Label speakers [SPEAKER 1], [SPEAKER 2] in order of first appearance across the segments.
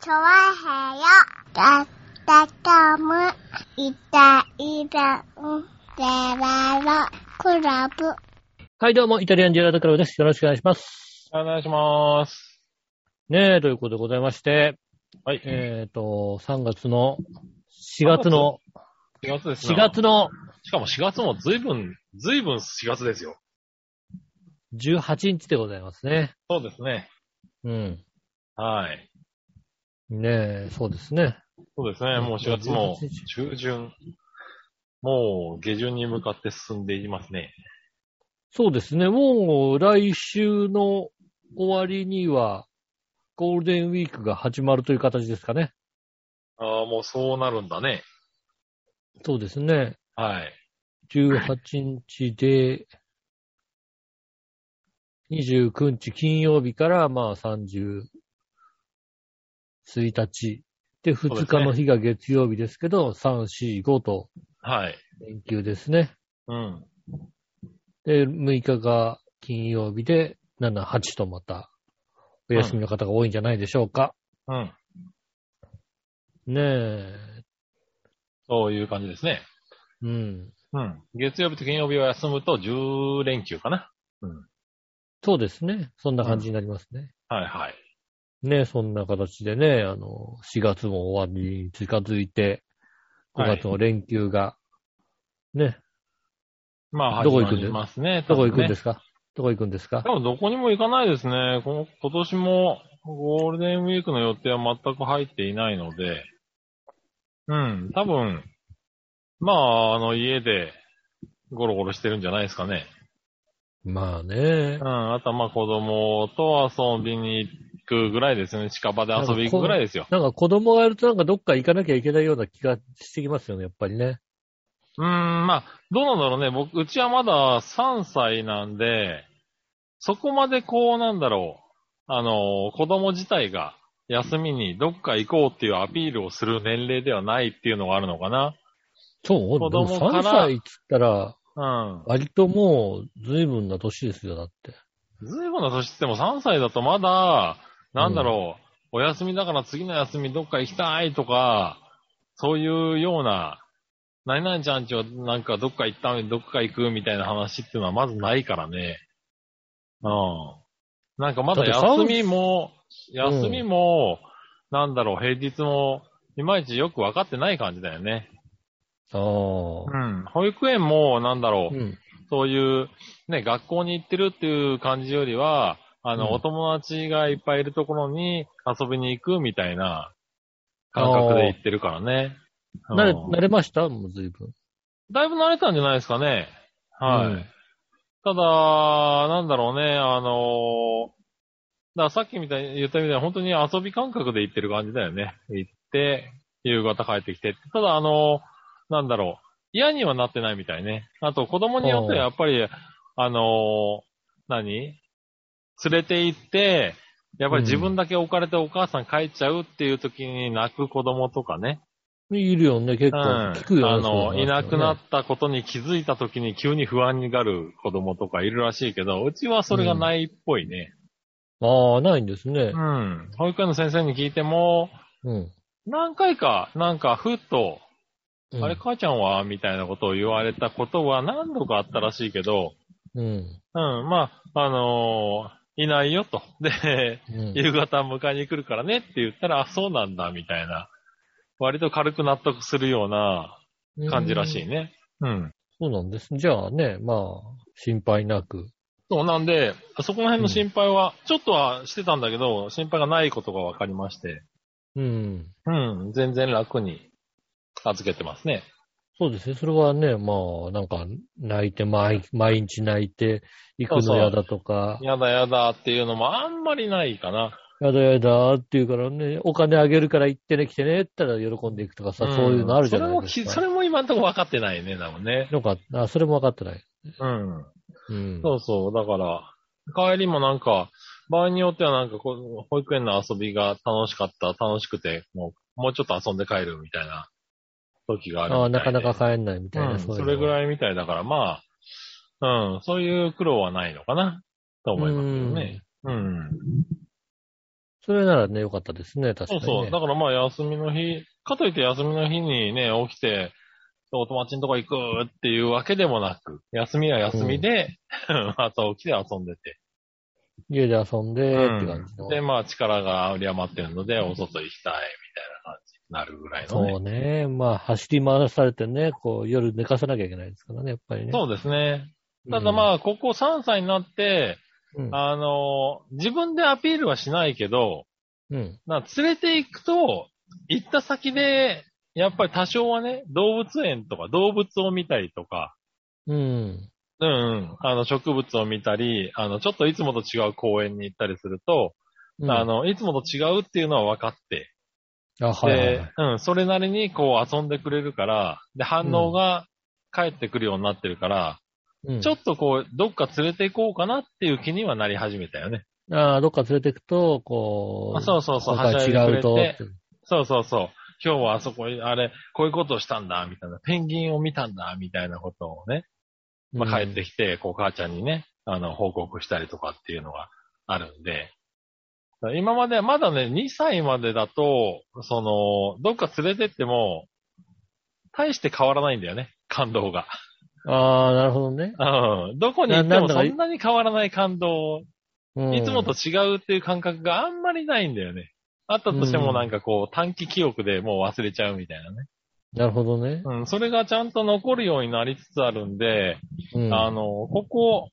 [SPEAKER 1] チョワヘヨだったかむいたいたんでららクラブ
[SPEAKER 2] はい、どうも、イタリアンジェラートクラブです。よろしくお願いします。
[SPEAKER 3] お願いします。
[SPEAKER 2] ねえ、ということでございまして、
[SPEAKER 3] はい、
[SPEAKER 2] え
[SPEAKER 3] え
[SPEAKER 2] っ、と、3月の、4月の、
[SPEAKER 3] ー、4月です
[SPEAKER 2] 4
[SPEAKER 3] ね。
[SPEAKER 2] 月の
[SPEAKER 3] しかも4月も随分、随分4月ですよ。
[SPEAKER 2] 18日でございますね。
[SPEAKER 3] そうですね。
[SPEAKER 2] うん。
[SPEAKER 3] はい。
[SPEAKER 2] ねえ、そうですね。
[SPEAKER 3] そうですね。もう4月も中旬。もう下旬に向かって進んでいますね。
[SPEAKER 2] そうですね、もう来週の終わりには、ゴールデンウィークが始まるという形ですかね。
[SPEAKER 3] ああ、もうそうなるんだね。
[SPEAKER 2] そうですね。
[SPEAKER 3] はい。
[SPEAKER 2] 18日で、29日金曜日から、まあ30、1日。で、
[SPEAKER 3] うです
[SPEAKER 2] 2
[SPEAKER 3] ね
[SPEAKER 2] 日の日が月曜日ですけど、3、4、5と
[SPEAKER 3] はい。
[SPEAKER 2] 連休ですね。
[SPEAKER 3] うん。
[SPEAKER 2] で、6日が金曜日で、7、8とまた、お休みの方が多いんじゃないでしょうか。
[SPEAKER 3] うん。
[SPEAKER 2] ねえ。
[SPEAKER 3] そういう感じですね。
[SPEAKER 2] うん。
[SPEAKER 3] うん。月曜日と金曜日は休むと10連休かな。
[SPEAKER 2] そうですね。そんな感じになりますね。
[SPEAKER 3] はいはい。
[SPEAKER 2] ね、そんな形でね、あの、4月も終わりに近づいて、5
[SPEAKER 3] はい
[SPEAKER 2] 月の連休が、ね、
[SPEAKER 3] まあ、
[SPEAKER 2] どこ行く
[SPEAKER 3] 始
[SPEAKER 2] ん
[SPEAKER 3] ま
[SPEAKER 2] で
[SPEAKER 3] りますね。
[SPEAKER 2] どこ行くんですすかどこ行くんですか
[SPEAKER 3] 多分どこにも行かないですね。この今年もゴールデンウィークの予定は全く入っていないので、うん、多分、まあ、あの、家でゴロゴロしてるんじゃないですかね。
[SPEAKER 2] まあね
[SPEAKER 3] う、ん、あとはまあ子供と遊びに行くぐらいですよね。近場で遊びに行くぐらいですよ。
[SPEAKER 2] なんか子供がいるとなんかどっか行かなきゃいけないような気がしてきますよね、やっぱりね。
[SPEAKER 3] うん、まあ、どうなんだろうね。僕、うちはまだ3歳なんで、そこまでこう、なんだろう。あの、子供自体が休みにどっか行こうっていうアピールをする年齢ではないっていうのがあるのかな。
[SPEAKER 2] そう、
[SPEAKER 3] 子
[SPEAKER 2] でも
[SPEAKER 3] 供
[SPEAKER 2] 3
[SPEAKER 3] から
[SPEAKER 2] 歳っつったら、
[SPEAKER 3] うん。
[SPEAKER 2] 割ともう随分な年ですよ、だって。
[SPEAKER 3] ずいぶんな年っても3歳だとまだ、なんだろう、お休みだから次の休みどっか行きたいとか、そういうような、何々ちゃんちはなんかどっか行ったのにどっか行くみたいな話っていうのはまずないからね。うん。なんかま
[SPEAKER 2] だ
[SPEAKER 3] だ
[SPEAKER 2] ってさん
[SPEAKER 3] 休みも、
[SPEAKER 2] うん
[SPEAKER 3] 休みも、なんだろう、平日も、いまいちよくわかってない感じだよね。
[SPEAKER 2] ああ。
[SPEAKER 3] うん。保育園も、なんだろ
[SPEAKER 2] う、
[SPEAKER 3] う
[SPEAKER 2] ん。
[SPEAKER 3] そういう、ね、学校に行ってるっていう感じよりは、あの、
[SPEAKER 2] うん
[SPEAKER 3] お友達がいっぱいいるところに遊びに行くみたいな感覚で行ってるからね。うん
[SPEAKER 2] 慣れ、慣れましたもう随分。
[SPEAKER 3] だいぶ慣れたんじゃないですかね。はい。
[SPEAKER 2] うん
[SPEAKER 3] ただ、なんだろうね、あのーだからさっきみたいに言ったみたいに本当に遊び感覚で行ってる感じだよね。行って、夕方帰ってきて。ただ、あのーなんだろう、嫌にはなってないみたいね。あと、子供によってはやっぱり、あのー何連れて行って、やっぱり自分だけ置かれてお母さん帰っちゃうっていう時に泣く子供とかね。
[SPEAKER 2] いるよね、結構。聞くよね。そ
[SPEAKER 3] あ
[SPEAKER 2] う
[SPEAKER 3] の、
[SPEAKER 2] う話
[SPEAKER 3] いなくなっ
[SPEAKER 2] ね
[SPEAKER 3] たことに気づいた時に急に不安になる子供とかいるらしいけど、うちはそれがないっぽいね。
[SPEAKER 2] ああ、ないんですね
[SPEAKER 3] う。ん。保育園の先生に聞いても、
[SPEAKER 2] うん。
[SPEAKER 3] 何回か、なんか、ふっと、
[SPEAKER 2] うん
[SPEAKER 3] あれ、母ちゃんはみたいなことを言われたことは何度かあったらしいけど、
[SPEAKER 2] うん。
[SPEAKER 3] うん、まあ、あのーいないよと。で、
[SPEAKER 2] うん
[SPEAKER 3] 夕方迎えに来るからねって言ったら、あ、そうなんだ、みたいな。割と軽く納得するような感じらしい
[SPEAKER 2] うん
[SPEAKER 3] ね。うん。
[SPEAKER 2] そうなんです。じゃあね、まあ、心配なく。
[SPEAKER 3] そうなんで、そこら辺の心配は、ちょっとはしてたんだけど、心配がないことが分かりまして、
[SPEAKER 2] うん。
[SPEAKER 3] うん、全然楽に預けてますね。
[SPEAKER 2] そうですね。それはね、まあ、なんか、泣いて、毎毎日泣いて、行くの
[SPEAKER 3] そうそう
[SPEAKER 2] 嫌だとか、
[SPEAKER 3] やだやだっていうのもあんまりないかな。
[SPEAKER 2] やだやだって言うからね、お金あげるから行ってね、来てね、って言ったら喜んでいくとかさ、
[SPEAKER 3] ん
[SPEAKER 2] そういうのあるじゃないで
[SPEAKER 3] それ
[SPEAKER 2] す
[SPEAKER 3] も
[SPEAKER 2] か。
[SPEAKER 3] き、それも今んとこ分かってないね、だもんね。
[SPEAKER 2] よかった。あ、それも分かってない。
[SPEAKER 3] うん。
[SPEAKER 2] うん。
[SPEAKER 3] そうそう、だから、帰りもなんか、場合によってはなんかこう、保育園の遊びが楽しかった、楽しくて、もう、もうちょっと遊んで帰るみたいな時がある
[SPEAKER 2] ああ、
[SPEAKER 3] みた
[SPEAKER 2] ないか
[SPEAKER 3] で
[SPEAKER 2] なか帰んないみたいな、
[SPEAKER 3] うん、
[SPEAKER 2] そういう
[SPEAKER 3] それぐ
[SPEAKER 2] い。
[SPEAKER 3] らいみたいだから、まあ、うん、そういう苦労はないのかな、と思いますけどね。うん。
[SPEAKER 2] それならね、良かったですね、確か
[SPEAKER 3] そう
[SPEAKER 2] に、ね。
[SPEAKER 3] そう。だからまあ休みの日、かといって休みの日にね、起きて、お友達のとこ行くっていうわけでもなく、休みは休みで、 朝起きて遊んでて。
[SPEAKER 2] 家で遊んで、って感じの。
[SPEAKER 3] で、まあ力が有り余ってるので、お外行きたいみたいな感じになるぐらいのね。
[SPEAKER 2] そうね。まあ、走り回らされてね、こう、夜寝かさなきゃいけないですからね、やっぱりね。
[SPEAKER 3] そうですね。ただまあ、ここ3歳になって、
[SPEAKER 2] うん、うん。
[SPEAKER 3] あの、自分でアピールはしないけど、
[SPEAKER 2] うん。
[SPEAKER 3] な連れて行くと、行った先で、やっぱり多少はね、動物園とか動物を見たりとか、
[SPEAKER 2] うん。
[SPEAKER 3] うんうん、あの植物を見たり、あの、ちょっといつもと違う公園に行ったりすると、
[SPEAKER 2] うん
[SPEAKER 3] あ、の、いつもと違うっていうのは分かって、
[SPEAKER 2] あ、はいはいはい。
[SPEAKER 3] で、うん、それなりにこう遊んでくれるから、で、反応が返ってくるようになってるから、
[SPEAKER 2] うん
[SPEAKER 3] ちょっとこう、どっか連れて行こうかなっていう気にはなり始めたよね。
[SPEAKER 2] ああ、どっか連れてくと、こう、
[SPEAKER 3] あそうそうそう、
[SPEAKER 2] 今回
[SPEAKER 3] しゃい
[SPEAKER 2] 違
[SPEAKER 3] で
[SPEAKER 2] う
[SPEAKER 3] く
[SPEAKER 2] と
[SPEAKER 3] れて。そうそうそう。今日はあそこ、あれ、こういうことをしたんだ、みたいな。ペンギンを見たんだ、みたいなことをね。まあ、帰って
[SPEAKER 2] き
[SPEAKER 3] きて、こう、母ちゃんにね、あの、報告したりとかっていうのがあるんで。今まで、まだね、2歳までだと、その、どっか連れてっても、大して変わらないんだよね、感動が。
[SPEAKER 2] ああ、なるほどね。
[SPEAKER 3] うん。どこに行っても
[SPEAKER 2] ななんだ
[SPEAKER 3] そ
[SPEAKER 2] か
[SPEAKER 3] んなに変わらない感動
[SPEAKER 2] うん
[SPEAKER 3] いつもと違うっていう感覚があんまりないんだよね。あったとしてもなんかこう短期記憶でもう忘れちゃうみたいなね。
[SPEAKER 2] なるほどね。
[SPEAKER 3] うん、それがちゃんと残るようになりつつあるんで、
[SPEAKER 2] うん
[SPEAKER 3] あの、ここ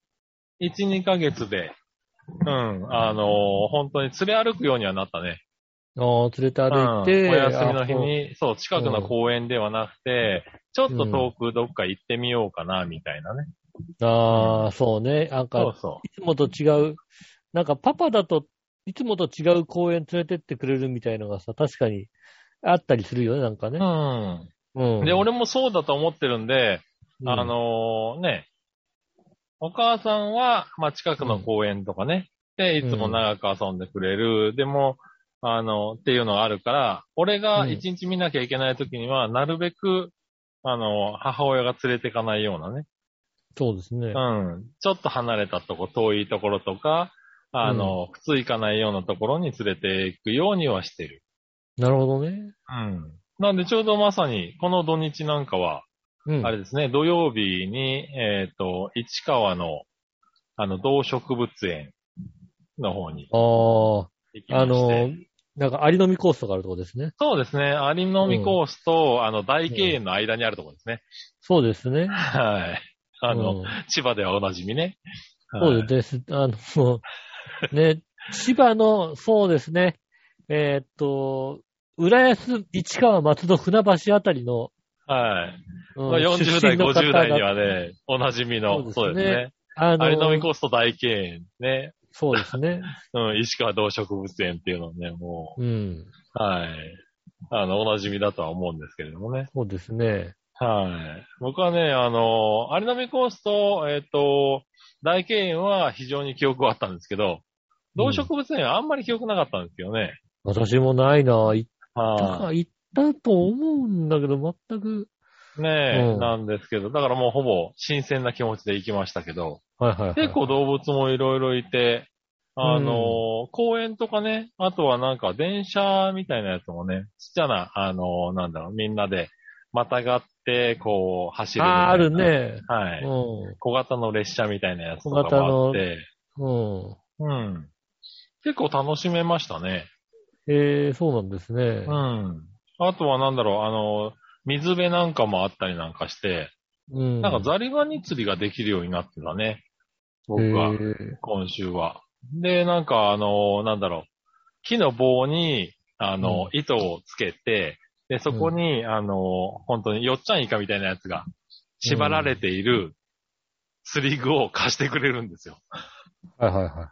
[SPEAKER 3] 1、2ヶ月で、うん、あの、本当に連れ歩くようにはなったね。
[SPEAKER 2] ああ連れて
[SPEAKER 3] うん、
[SPEAKER 2] 歩
[SPEAKER 3] お
[SPEAKER 2] いて、
[SPEAKER 3] 休みの日に、そう、近くの公園ではなくて、ちょっと遠くどっか行ってみようかな、みたいなね。
[SPEAKER 2] ああ。ああ、そうね。なん
[SPEAKER 3] そ
[SPEAKER 2] か
[SPEAKER 3] う、そ
[SPEAKER 2] いつもと違う、なんかパパだと、いつもと違う公園連れてってくれるみたいのがさ、確かにあったりするよね、なんか
[SPEAKER 3] う。
[SPEAKER 2] ね
[SPEAKER 3] う。ん。
[SPEAKER 2] うん。
[SPEAKER 3] で、俺もそうだと思ってるんで、
[SPEAKER 2] うん、
[SPEAKER 3] あのね、お母さんは、まあ、近くの公園とかね、で、いつも長く遊んでくれる、でも、あの、っていうのがあるから、俺が
[SPEAKER 2] うん
[SPEAKER 3] 一日見なきゃいけない時には、なるべく、あの、母親が連れてかないようなね、
[SPEAKER 2] そうですね。
[SPEAKER 3] うん、ちょっと離れたとこ、遠いところとか、あの、普通行かないようなところに連れて行くようにはしてる。
[SPEAKER 2] なるほどね。
[SPEAKER 3] うん。なんで、ちょうどまさに、この土日なんかは、
[SPEAKER 2] うん。
[SPEAKER 3] あれですね、土曜日に、えっ、と、市川の、あの、動植物園の方に
[SPEAKER 2] あ
[SPEAKER 3] 行き
[SPEAKER 2] あ、
[SPEAKER 3] ま
[SPEAKER 2] あ
[SPEAKER 3] し
[SPEAKER 2] の
[SPEAKER 3] て。
[SPEAKER 2] ー、なんか、アリのみコースとかあるとこですね。
[SPEAKER 3] そうですね、アリのみコースと、あの、大慶園の間にあるところですね。
[SPEAKER 2] そうですね。
[SPEAKER 3] はい。あの、
[SPEAKER 2] うん
[SPEAKER 3] 千葉ではおなじみね。
[SPEAKER 2] そうです。あの、ね、千葉の、そうですね、えーっと、浦安、市川、松戸、船橋あたりの、
[SPEAKER 3] はい。
[SPEAKER 2] うん
[SPEAKER 3] まあ40代、
[SPEAKER 2] 出身の方
[SPEAKER 3] 50代に
[SPEAKER 2] が
[SPEAKER 3] はね、おなじみの、
[SPEAKER 2] そ
[SPEAKER 3] そうう
[SPEAKER 2] で
[SPEAKER 3] ですす
[SPEAKER 2] ね
[SPEAKER 3] ね。
[SPEAKER 2] あ
[SPEAKER 3] アリのみ
[SPEAKER 2] の、
[SPEAKER 3] コースと大慶園ね。
[SPEAKER 2] そうですね。
[SPEAKER 3] うん、市川動植物園っていうのはね、も
[SPEAKER 2] うん。
[SPEAKER 3] う、はい。あの、おなじみだとは思うんですけれどもね。
[SPEAKER 2] そうですね。
[SPEAKER 3] はい。僕はね、あの、有波コースと、えっ、と、大慶園は非常に記憶はあったんですけど、動植物園はあんまり記憶なかったんですけどね。
[SPEAKER 2] 私もないな行った
[SPEAKER 3] は
[SPEAKER 2] か、行ったと思うんだけど、全く。
[SPEAKER 3] い。ねえ、
[SPEAKER 2] うん
[SPEAKER 3] なんですけど、だからもうほぼ新鮮な気持ちで行きましたけど、
[SPEAKER 2] はいはい、はい。
[SPEAKER 3] 結構動物もいろいろいて、あの、公園とかね、あとはなんか電車みたいなやつもね、ちっちゃな、あの、なんだろう、みんなでまたがって、こう、走るみたい
[SPEAKER 2] あー、
[SPEAKER 3] な。
[SPEAKER 2] ある。ね。。
[SPEAKER 3] はいう
[SPEAKER 2] ん。
[SPEAKER 3] 小型の列車みたいなやつとかもあって、
[SPEAKER 2] うん。
[SPEAKER 3] うん。結構楽しめましたね。
[SPEAKER 2] えー、そうなんですね
[SPEAKER 3] う。ん。あとはなんだろう、あの、水辺なんかもあったりなんかして、
[SPEAKER 2] うん。
[SPEAKER 3] なんかザリガニ釣りができるようになってたね。僕
[SPEAKER 2] へ
[SPEAKER 3] は、
[SPEAKER 2] ー
[SPEAKER 3] 今週は。で、なんかあの、なんだろう、木の棒に、あの、糸をつけて、で、そこに、あの、本当によっちゃんイカみたいなやつが縛られている釣り具を貸してくれるんですよ。
[SPEAKER 2] はいはいは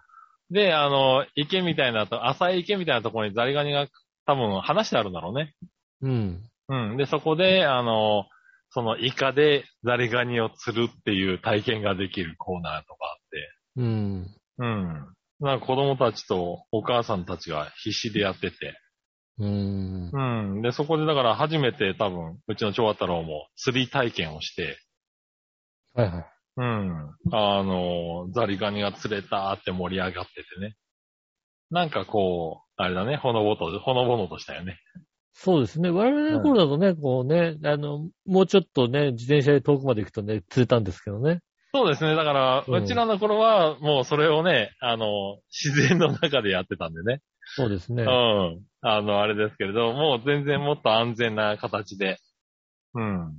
[SPEAKER 3] で、あの、池みたいなと、浅い池みたいなところにザリガニが多分離してあるんだろうね。
[SPEAKER 2] い。うん。
[SPEAKER 3] うん。で、そこで、あの、そのイカでザリガニを釣るっていう体験ができるコーナーとか
[SPEAKER 2] うん。
[SPEAKER 3] あって。うん。なんか子供たちとお母さんたちが必死でやってて。
[SPEAKER 2] うん。
[SPEAKER 3] うん。で、そこでだから初めて多分、うちの長和太郎も釣り体験をして、
[SPEAKER 2] はいはい。
[SPEAKER 3] うん。あの、ザリガニが釣れたって盛り上がっててね。なんかこう、あれだね、ほのぼと、ほのぼのとしたよね。
[SPEAKER 2] そうですね。我々の頃だとね、こうね、あの、もうちょっとね、自転車で遠くまで行くとね、釣れたんですけどね。
[SPEAKER 3] そうですね。だから、
[SPEAKER 2] うん
[SPEAKER 3] うちらの頃は、もうそれをね、あの、自然の中でやってたんでね。
[SPEAKER 2] そうですね。
[SPEAKER 3] うん。あの、あれですけれど、もう全然もっと安全な形で、うん。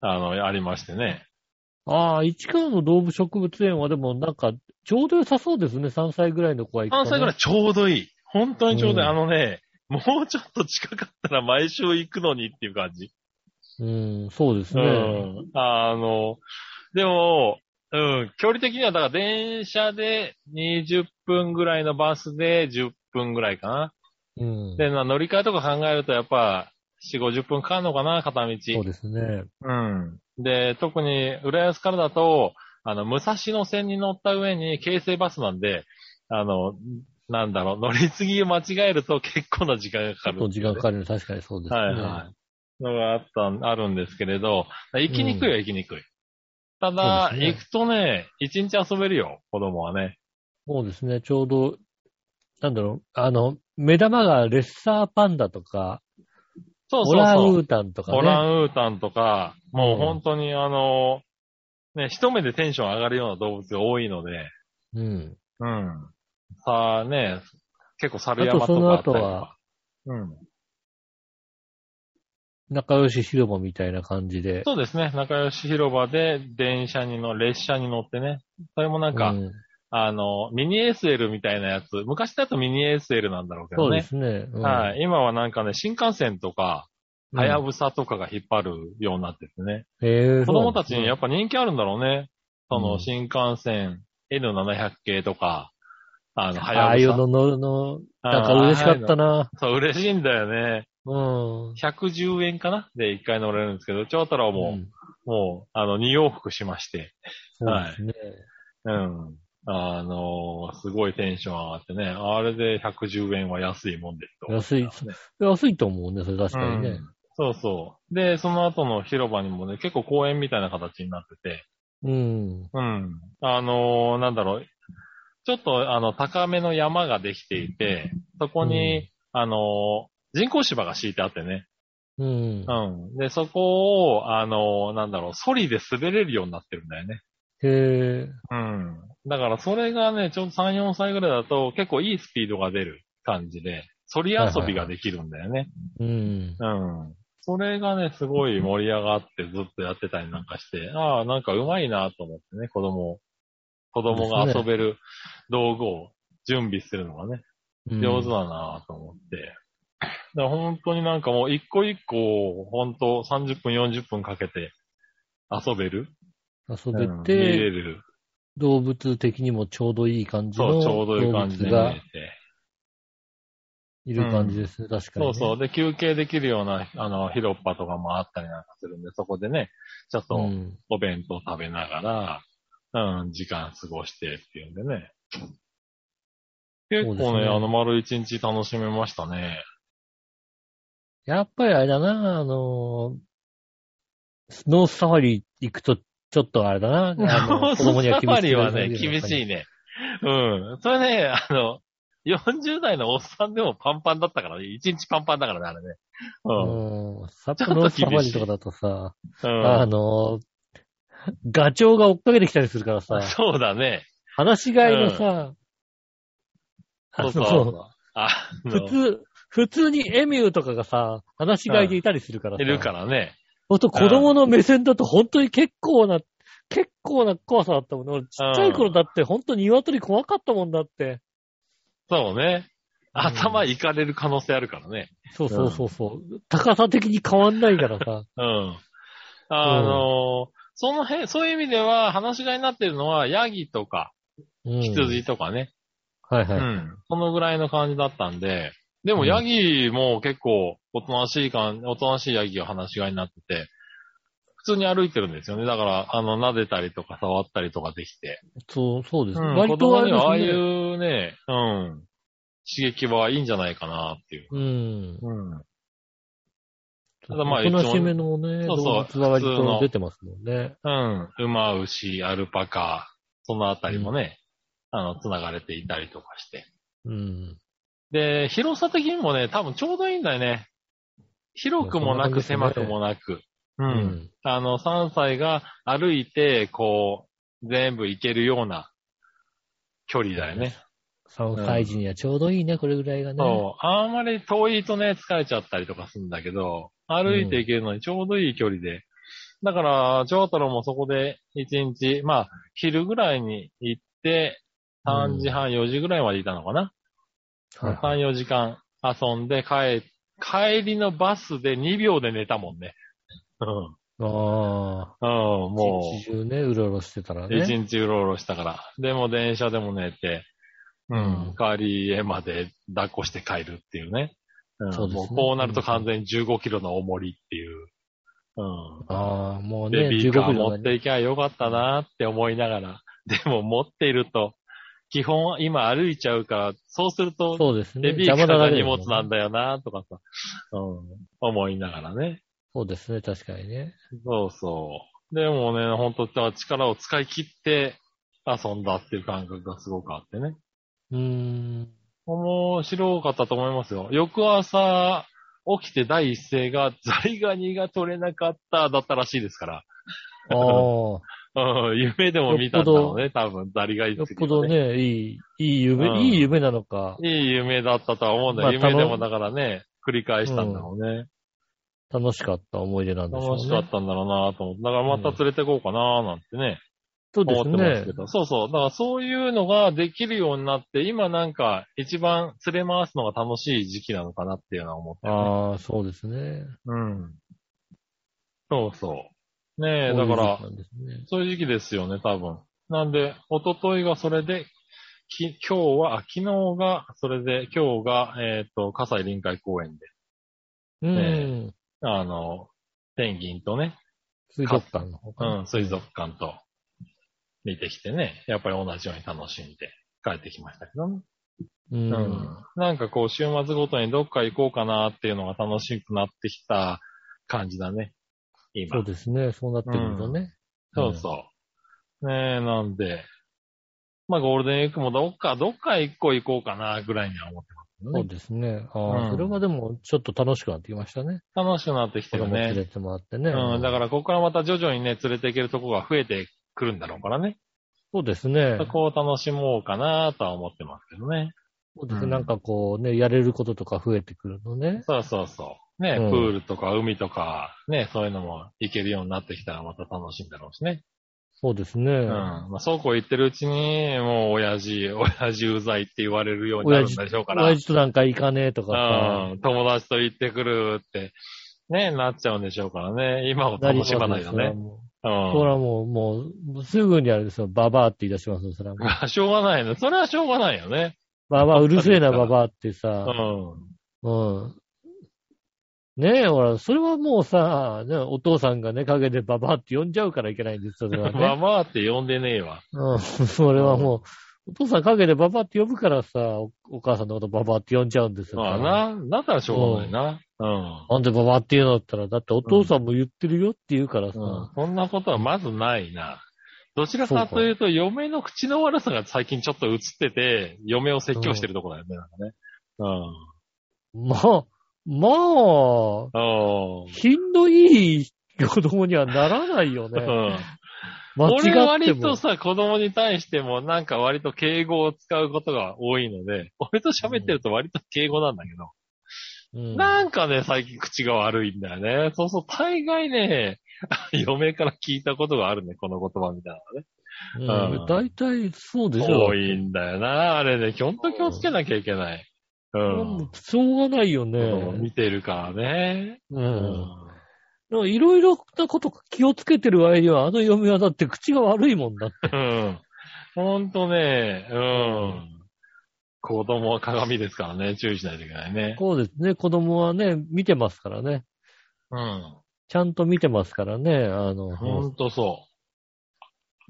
[SPEAKER 3] あの、ありましてね。
[SPEAKER 2] ああ、市川の動物植物園はでもなんか、ちょうど良さそうですね。3歳ぐらいの子は行くと、ね。
[SPEAKER 3] 3歳ぐらいちょうどいい。本当にちょうどいい。
[SPEAKER 2] うん
[SPEAKER 3] あのね、もうちょっと近かったら毎週行くのにっていう感じ。
[SPEAKER 2] うん、そうです
[SPEAKER 3] う
[SPEAKER 2] ね。
[SPEAKER 3] ん。あの、でも、うん、距離的には、だから電車で20分ぐらいのバスで10分ぐらいかな。
[SPEAKER 2] うん。
[SPEAKER 3] で、まあ乗り換えとか考えるとやっぱ、4、50分かかるのかな、片道。
[SPEAKER 2] そうですね。
[SPEAKER 3] うん。で、特に、浦安からだと、あの、武蔵野線に乗った上に、京成バスなんで、あの、なんだろう、乗り継ぎを間違えると結構な時間がかかる、
[SPEAKER 2] ちょっと時間かかるの確かにそうですね。
[SPEAKER 3] はいはい。のがあった、あるんですけれど、行きにくいは行きにくい。ただ、
[SPEAKER 2] そうですね
[SPEAKER 3] 行くとね、一日遊べるよ、子供はね。
[SPEAKER 2] そうですね。ちょうど、なんだろう、あの、目玉がレッサーパンダとか、
[SPEAKER 3] そう
[SPEAKER 2] オ
[SPEAKER 3] そう
[SPEAKER 2] ランウ
[SPEAKER 3] そう。
[SPEAKER 2] ータンとかね。
[SPEAKER 3] オランウータンとか、もううん本当にあの、ね、一目でテンション上がるような動物が多いので、
[SPEAKER 2] うん。
[SPEAKER 3] うん。さあね、結構猿山とかあ
[SPEAKER 2] あ
[SPEAKER 3] った
[SPEAKER 2] とその後
[SPEAKER 3] りとか
[SPEAKER 2] は。
[SPEAKER 3] うん。
[SPEAKER 2] 仲良し広場みたいな感じで。
[SPEAKER 3] そうですね。仲良し広場で電車にの、列車に乗ってね。それもなんか、
[SPEAKER 2] うん
[SPEAKER 3] あの、ミニ SL みたいなやつ。昔だとミニ SL なんだろうけ
[SPEAKER 2] そ
[SPEAKER 3] ど
[SPEAKER 2] うで
[SPEAKER 3] ね。
[SPEAKER 2] すね。うん
[SPEAKER 3] はい。今はなんかね、新幹線とか、
[SPEAKER 2] うん
[SPEAKER 3] はやぶさとかが引っ張るようになっててね。
[SPEAKER 2] へえ
[SPEAKER 3] 子供たちにやっぱ人気あるんだろうね。その、
[SPEAKER 2] うん
[SPEAKER 3] 新幹線 N700 系とか、あの、は
[SPEAKER 2] ああい
[SPEAKER 3] や
[SPEAKER 2] う
[SPEAKER 3] ぶさ。
[SPEAKER 2] の乗るの、なんか嬉しかった
[SPEAKER 3] な。
[SPEAKER 2] な。
[SPEAKER 3] そう、嬉しいんだよね。
[SPEAKER 2] うん。
[SPEAKER 3] 110円かなで、一回乗れるんですけど、長太郎も、
[SPEAKER 2] うん
[SPEAKER 3] もう、あの、二往復しまして、
[SPEAKER 2] そうですね。
[SPEAKER 3] うん。あのーすごいテンション上がってね、あれで110円は安いもんで、と。
[SPEAKER 2] 安い安いと思うね、それ確かにね
[SPEAKER 3] うん。そうそう。で、その後の広場にもね、結構公園みたいな形になってて、
[SPEAKER 2] うん。
[SPEAKER 3] うん。あのーなんだろう、ちょっと、あの、高めの山ができていて、そこに、
[SPEAKER 2] うん
[SPEAKER 3] あのー人工芝が敷いてあってね、
[SPEAKER 2] うん。
[SPEAKER 3] うん。で、そこを、あの、なんだろう、ソリで滑れるようになってるんだよね。
[SPEAKER 2] へえ。
[SPEAKER 3] うん。だからそれがね、ちょうど3、4歳ぐらいだと結構いいスピードが出る感じで、ソリ遊びができるんだよね。
[SPEAKER 2] うん。
[SPEAKER 3] うん。それがね、すごい盛り上がってずっとやってたりなんかして、ああ、なんかうまいなと思ってね、子供、子供が遊べる道具を準備するのがね、
[SPEAKER 2] うん
[SPEAKER 3] 上手だなぁと思って。だから本当になんかもう一個一個、本当30分40分かけて遊べる。
[SPEAKER 2] 遊べ
[SPEAKER 3] うん見れ
[SPEAKER 2] て、
[SPEAKER 3] る。
[SPEAKER 2] 動物的にもちょうどいい感じ
[SPEAKER 3] そ
[SPEAKER 2] の
[SPEAKER 3] う、ちょ
[SPEAKER 2] 動
[SPEAKER 3] うどいい感じで
[SPEAKER 2] 物
[SPEAKER 3] 見れ
[SPEAKER 2] が
[SPEAKER 3] て。
[SPEAKER 2] いる感じですね、確かにね。
[SPEAKER 3] そうそう。で、休憩できるような、あの、広っぱとかもあったりなんかするんで、そこでね、ちょっと
[SPEAKER 2] うん。
[SPEAKER 3] お弁当食べながら、うん、時間過ごしてっていうんでね。結
[SPEAKER 2] そう
[SPEAKER 3] 構
[SPEAKER 2] です
[SPEAKER 3] ね、
[SPEAKER 2] ね
[SPEAKER 3] あの、丸一日楽しめましたね。
[SPEAKER 2] やっぱりあれだな、あのー、スノーサファリ行くと、ちょっとあれだ な、あ の、子供には厳しい。
[SPEAKER 3] はね、厳しいね。うん。それね、あの、40代のおっさんでもパンパンだったからね。1日パンパンだからね、あれね。うん。
[SPEAKER 2] うん。札
[SPEAKER 3] ちょ
[SPEAKER 2] 幌の
[SPEAKER 3] っと
[SPEAKER 2] サファ
[SPEAKER 3] 厳し
[SPEAKER 2] リ
[SPEAKER 3] い
[SPEAKER 2] とかだとさ、
[SPEAKER 3] う
[SPEAKER 2] あ
[SPEAKER 3] ん
[SPEAKER 2] の、ガチョウが追っかけてきたりするからさ、
[SPEAKER 3] そうだね。
[SPEAKER 2] 話し飼いのさ、あ
[SPEAKER 3] そう
[SPEAKER 2] の
[SPEAKER 3] そう。あ
[SPEAKER 2] 普
[SPEAKER 3] の、
[SPEAKER 2] 通、普通にエミューとかがさ、話し飼いでいたりするからさ、
[SPEAKER 3] いるからね。
[SPEAKER 2] ほんと子供の目線だと本当に結構な、結構な怖さだったもんね。俺ちっちゃい頃だって本当に鶏怖かったもんだって。
[SPEAKER 3] そうね。
[SPEAKER 2] うん
[SPEAKER 3] 頭いかれる可能性あるからね。
[SPEAKER 2] そうそうそうそう、高さ的に変わんないからさ。
[SPEAKER 3] うん。あの、その辺、そういう意味では、話し飼いになってるのは、ヤギとか、
[SPEAKER 2] うん、
[SPEAKER 3] 羊とかね。
[SPEAKER 2] はいはい。
[SPEAKER 3] うん。そのぐらいの感じだったんで、でもヤギも結構おとなしい感おとなしいヤギが放し飼いになってて、普通に歩いてるんですよね。だから、あの、撫でたりとか触ったりとかできて。
[SPEAKER 2] そう、そうです。
[SPEAKER 3] うん、子
[SPEAKER 2] 割と
[SPEAKER 3] 供
[SPEAKER 2] あれ
[SPEAKER 3] に
[SPEAKER 2] ですね
[SPEAKER 3] はああいうね、うん、刺激はいいんじゃないかなっていう。
[SPEAKER 2] うん。
[SPEAKER 3] うん。た
[SPEAKER 2] た
[SPEAKER 3] だまあ
[SPEAKER 2] おとなしめのね、
[SPEAKER 3] そうそう
[SPEAKER 2] 動物は割
[SPEAKER 3] 普通の
[SPEAKER 2] と出てますもんね。
[SPEAKER 3] うん。馬、牛、アルパカ、そのあたりもね、あの、繋がれていたりとかして。
[SPEAKER 2] うん。
[SPEAKER 3] で、広さ的にもね、多分ちょうどいいんだよね。広くもないく
[SPEAKER 2] やそんな感
[SPEAKER 3] 狭
[SPEAKER 2] じです
[SPEAKER 3] く
[SPEAKER 2] ね
[SPEAKER 3] もなく。う。
[SPEAKER 2] うんん。
[SPEAKER 3] あの、3歳が歩いて、こう、全部行けるような距離だよね。
[SPEAKER 2] 3歳児にはちょうどいいね、これぐらいがね。
[SPEAKER 3] そう。あんまり遠いとね、疲れちゃったりとかするんだけど、歩いて行けるのにちょうどいい距離で。だから、長太郎もそこで1日、まあ、昼ぐらいに行って、3時半、4時ぐらいまでいたのかな。
[SPEAKER 2] はいはい。
[SPEAKER 3] 3、4時間遊んで帰、帰りのバスで2秒で寝たもんね。うん。
[SPEAKER 2] ああ。
[SPEAKER 3] うん、もう。
[SPEAKER 2] 一日中ね、うろうろしてたら
[SPEAKER 3] 一
[SPEAKER 2] ね。
[SPEAKER 3] 日うろうろしたから。でも電車でも寝て、うん、
[SPEAKER 2] うん
[SPEAKER 3] 帰り家まで抱っこして帰るっていうね。うん、
[SPEAKER 2] そうですね
[SPEAKER 3] もうこうなると完全に15キロの重りっていう。うん。
[SPEAKER 2] ああ、もうね、
[SPEAKER 3] ベビーカー
[SPEAKER 2] 15秒
[SPEAKER 3] 持
[SPEAKER 2] だ
[SPEAKER 3] っ
[SPEAKER 2] ね。
[SPEAKER 3] ていきゃよかったなって思いながら。 でも持っていると、基本今歩いちゃうから、そうすると、
[SPEAKER 2] そうですね。
[SPEAKER 3] ベビーカー
[SPEAKER 2] 邪魔
[SPEAKER 3] が
[SPEAKER 2] だけ
[SPEAKER 3] 荷
[SPEAKER 2] だもん
[SPEAKER 3] 物
[SPEAKER 2] ね
[SPEAKER 3] なんだよなとかさ、うん、思いながらね。
[SPEAKER 2] そうですね、確かにね。
[SPEAKER 3] そうそう。でもね、ほんと力を使い切って遊んだっていう感覚がすごくあってね。
[SPEAKER 2] うーん。
[SPEAKER 3] 面白かったと思いますよ。翌朝、起きて第一声が、ザリガニが取れなかった、だったらしいですから。
[SPEAKER 2] ああ、 よ
[SPEAKER 3] うん、夢でも見たんだろうね、多分、ザリガニ
[SPEAKER 2] っ
[SPEAKER 3] 釣り
[SPEAKER 2] ぽ
[SPEAKER 3] を
[SPEAKER 2] ど。ね、いい、いい夢、
[SPEAKER 3] うん
[SPEAKER 2] いい夢なのか、
[SPEAKER 3] いい夢だったとは思うんだよ。
[SPEAKER 2] まあ
[SPEAKER 3] 夢で
[SPEAKER 2] 頼
[SPEAKER 3] もだからね、繰り返したんだろうね。
[SPEAKER 2] 楽しかった思い出なんでしょう
[SPEAKER 3] 楽
[SPEAKER 2] ね。
[SPEAKER 3] しかったんだろうなと思って。だからまた連れてこうかななんてね。
[SPEAKER 2] そうで
[SPEAKER 3] 思
[SPEAKER 2] す
[SPEAKER 3] ってます
[SPEAKER 2] ね
[SPEAKER 3] け。ど。そうそう。だからそういうのができるようになって、今なんか一番連れ回すのが楽しい時期なのかなっていうのは思って、ね。
[SPEAKER 2] ああ、そうですね。
[SPEAKER 3] うん。そうそう。ねえ、
[SPEAKER 2] そうい
[SPEAKER 3] だ
[SPEAKER 2] う
[SPEAKER 3] か
[SPEAKER 2] 時
[SPEAKER 3] ら
[SPEAKER 2] 期、なんですね
[SPEAKER 3] そういう時期ですよね、多分。なんで、おとといがそれで、き今日は、あ昨日が、それで、今日が、えっ、と、葛西臨海公園で、
[SPEAKER 2] うん。
[SPEAKER 3] あの、ペンギンとね、
[SPEAKER 2] 水族館の方か
[SPEAKER 3] う
[SPEAKER 2] な。
[SPEAKER 3] ん、水族館と、見てきてね、やっぱり同じように楽しんで帰ってきましたけどね。
[SPEAKER 2] うん。
[SPEAKER 3] なんかこう、週末ごとにどっか行こうかなっていうのが楽しくなってきた感じだね。今。
[SPEAKER 2] そうですね。そうなってくるとね。
[SPEAKER 3] そうそうねえ、なんで。まあゴールデンウィークもどっか、どっか一個行こうかなぐらいには思ってます
[SPEAKER 2] そ
[SPEAKER 3] け
[SPEAKER 2] う
[SPEAKER 3] どね。
[SPEAKER 2] ですね。ああ、
[SPEAKER 3] うん
[SPEAKER 2] それはでも、ちょっと楽しくなってきましたね。
[SPEAKER 3] 楽しくなってきて
[SPEAKER 2] 子
[SPEAKER 3] る
[SPEAKER 2] 供連れ
[SPEAKER 3] ね。
[SPEAKER 2] てもらってね。
[SPEAKER 3] うん、だからここからまた徐々にね、連れて行けるとこが増えてくるんだろうからね。
[SPEAKER 2] そうですね
[SPEAKER 3] そ。こを楽しもうかなとは思ってますけどね。
[SPEAKER 2] そうです
[SPEAKER 3] う
[SPEAKER 2] ね。
[SPEAKER 3] ん
[SPEAKER 2] なんかこうね、やれることとか増えてくるのね。
[SPEAKER 3] そうそうそう。ね、
[SPEAKER 2] うん
[SPEAKER 3] プールとか海とか、ね、そういうのも行けるようになってきたらまた楽しいんだろうしね。
[SPEAKER 2] そうですね。
[SPEAKER 3] うん。まあ、そうこう言ってるうちに、もう親父、 親父うざいって言われるようになるんでしょうから。
[SPEAKER 2] 親父となんか行かねえとかさ、
[SPEAKER 3] うん。友達と行ってくるって、ね、なっちゃうんでしょうからね。今を
[SPEAKER 2] なり
[SPEAKER 3] 楽しまないと
[SPEAKER 2] ますよ
[SPEAKER 3] ね。
[SPEAKER 2] も
[SPEAKER 3] う
[SPEAKER 2] うそれはもう、もう、すぐにあれですよ、ババアって言い出しますよ、それはもう。
[SPEAKER 3] ん。し ょうがないの。それはしょうがないよね。
[SPEAKER 2] ババア、うるせえな、
[SPEAKER 3] そうですか
[SPEAKER 2] ババアって
[SPEAKER 3] う
[SPEAKER 2] さ、
[SPEAKER 3] ん。
[SPEAKER 2] うん。ねえ、ほら、それはもうさ、ね、お父さんがね、陰でババアって呼んじゃうからいけないんですよ、それはね。
[SPEAKER 3] ママって呼んでねえわ。
[SPEAKER 2] うん、それはもう、お父さん陰でババアって呼ぶからさ、おお母さんのことババアって呼んじゃうんですよ。
[SPEAKER 3] まあな、だったらしょうがないな。うん。
[SPEAKER 2] なんでババアって言うのったら、だってお父さんも言ってるよって言うからさ、
[SPEAKER 3] うんそんなことはまずないな。どちらかというと、嫁の口の悪さが最近ちょっと映ってて、嫁を説教してるとこだよね、なんかね。
[SPEAKER 2] まあ、まあ、
[SPEAKER 3] うん。うん。
[SPEAKER 2] 品のいい子供にはならないよ
[SPEAKER 3] う
[SPEAKER 2] ね。間
[SPEAKER 3] ん。
[SPEAKER 2] 違って
[SPEAKER 3] 俺
[SPEAKER 2] も。
[SPEAKER 3] 割とさ、子供に対してもなんか割と敬語を使うことが多いので、俺と喋ってると割と敬語なんだけど、
[SPEAKER 2] うん
[SPEAKER 3] なんかね、最近口が悪いんだよね。そうそう、大概ね、 嫁から聞いたことがあるね、この言葉みたいな
[SPEAKER 2] う
[SPEAKER 3] うん
[SPEAKER 2] ん大体そうでし
[SPEAKER 3] のね。
[SPEAKER 2] ょ
[SPEAKER 3] 多。いんだよな、あれね、ほんと気をつけなきゃいけない。う
[SPEAKER 2] うん
[SPEAKER 3] ん。
[SPEAKER 2] しょうがないよね。
[SPEAKER 3] そう見てるからね。
[SPEAKER 2] う。
[SPEAKER 3] うん
[SPEAKER 2] でもいろいろなこと気をつけてる間には、あの嫁はだって口が悪いもんだって。
[SPEAKER 3] うん。ほんとね、うん。子供は鏡ですからね、注意しないといけないね。
[SPEAKER 2] そうですね。子供はね、見てますからね。
[SPEAKER 3] うん。
[SPEAKER 2] ちゃんと見てますからね。あの、
[SPEAKER 3] ほんとそ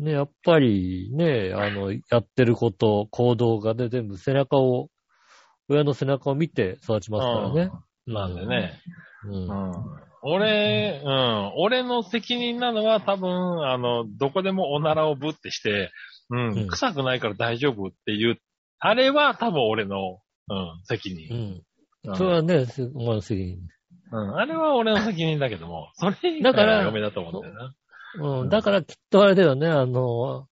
[SPEAKER 2] ね、やっぱりね、あの、やってること、行動がね、全部背中を、親の背中を見て育ち
[SPEAKER 3] う。
[SPEAKER 2] ますからね。
[SPEAKER 3] うんなんでね。
[SPEAKER 2] うん。
[SPEAKER 3] うん俺、うん、俺の責任なのは多分、あの、どこでもおならをぶってして、
[SPEAKER 2] う
[SPEAKER 3] う
[SPEAKER 2] ん
[SPEAKER 3] ん、臭くないから大丈夫っていう、あれは多分俺のうん、責任。
[SPEAKER 2] ん。
[SPEAKER 3] うん
[SPEAKER 2] それはね、すお前の責任。
[SPEAKER 3] うんあれは俺の責任だけども、それ以外
[SPEAKER 2] だから
[SPEAKER 3] は嫁だと思うんだよな。
[SPEAKER 2] うん。だからきっとあれだよね、あの、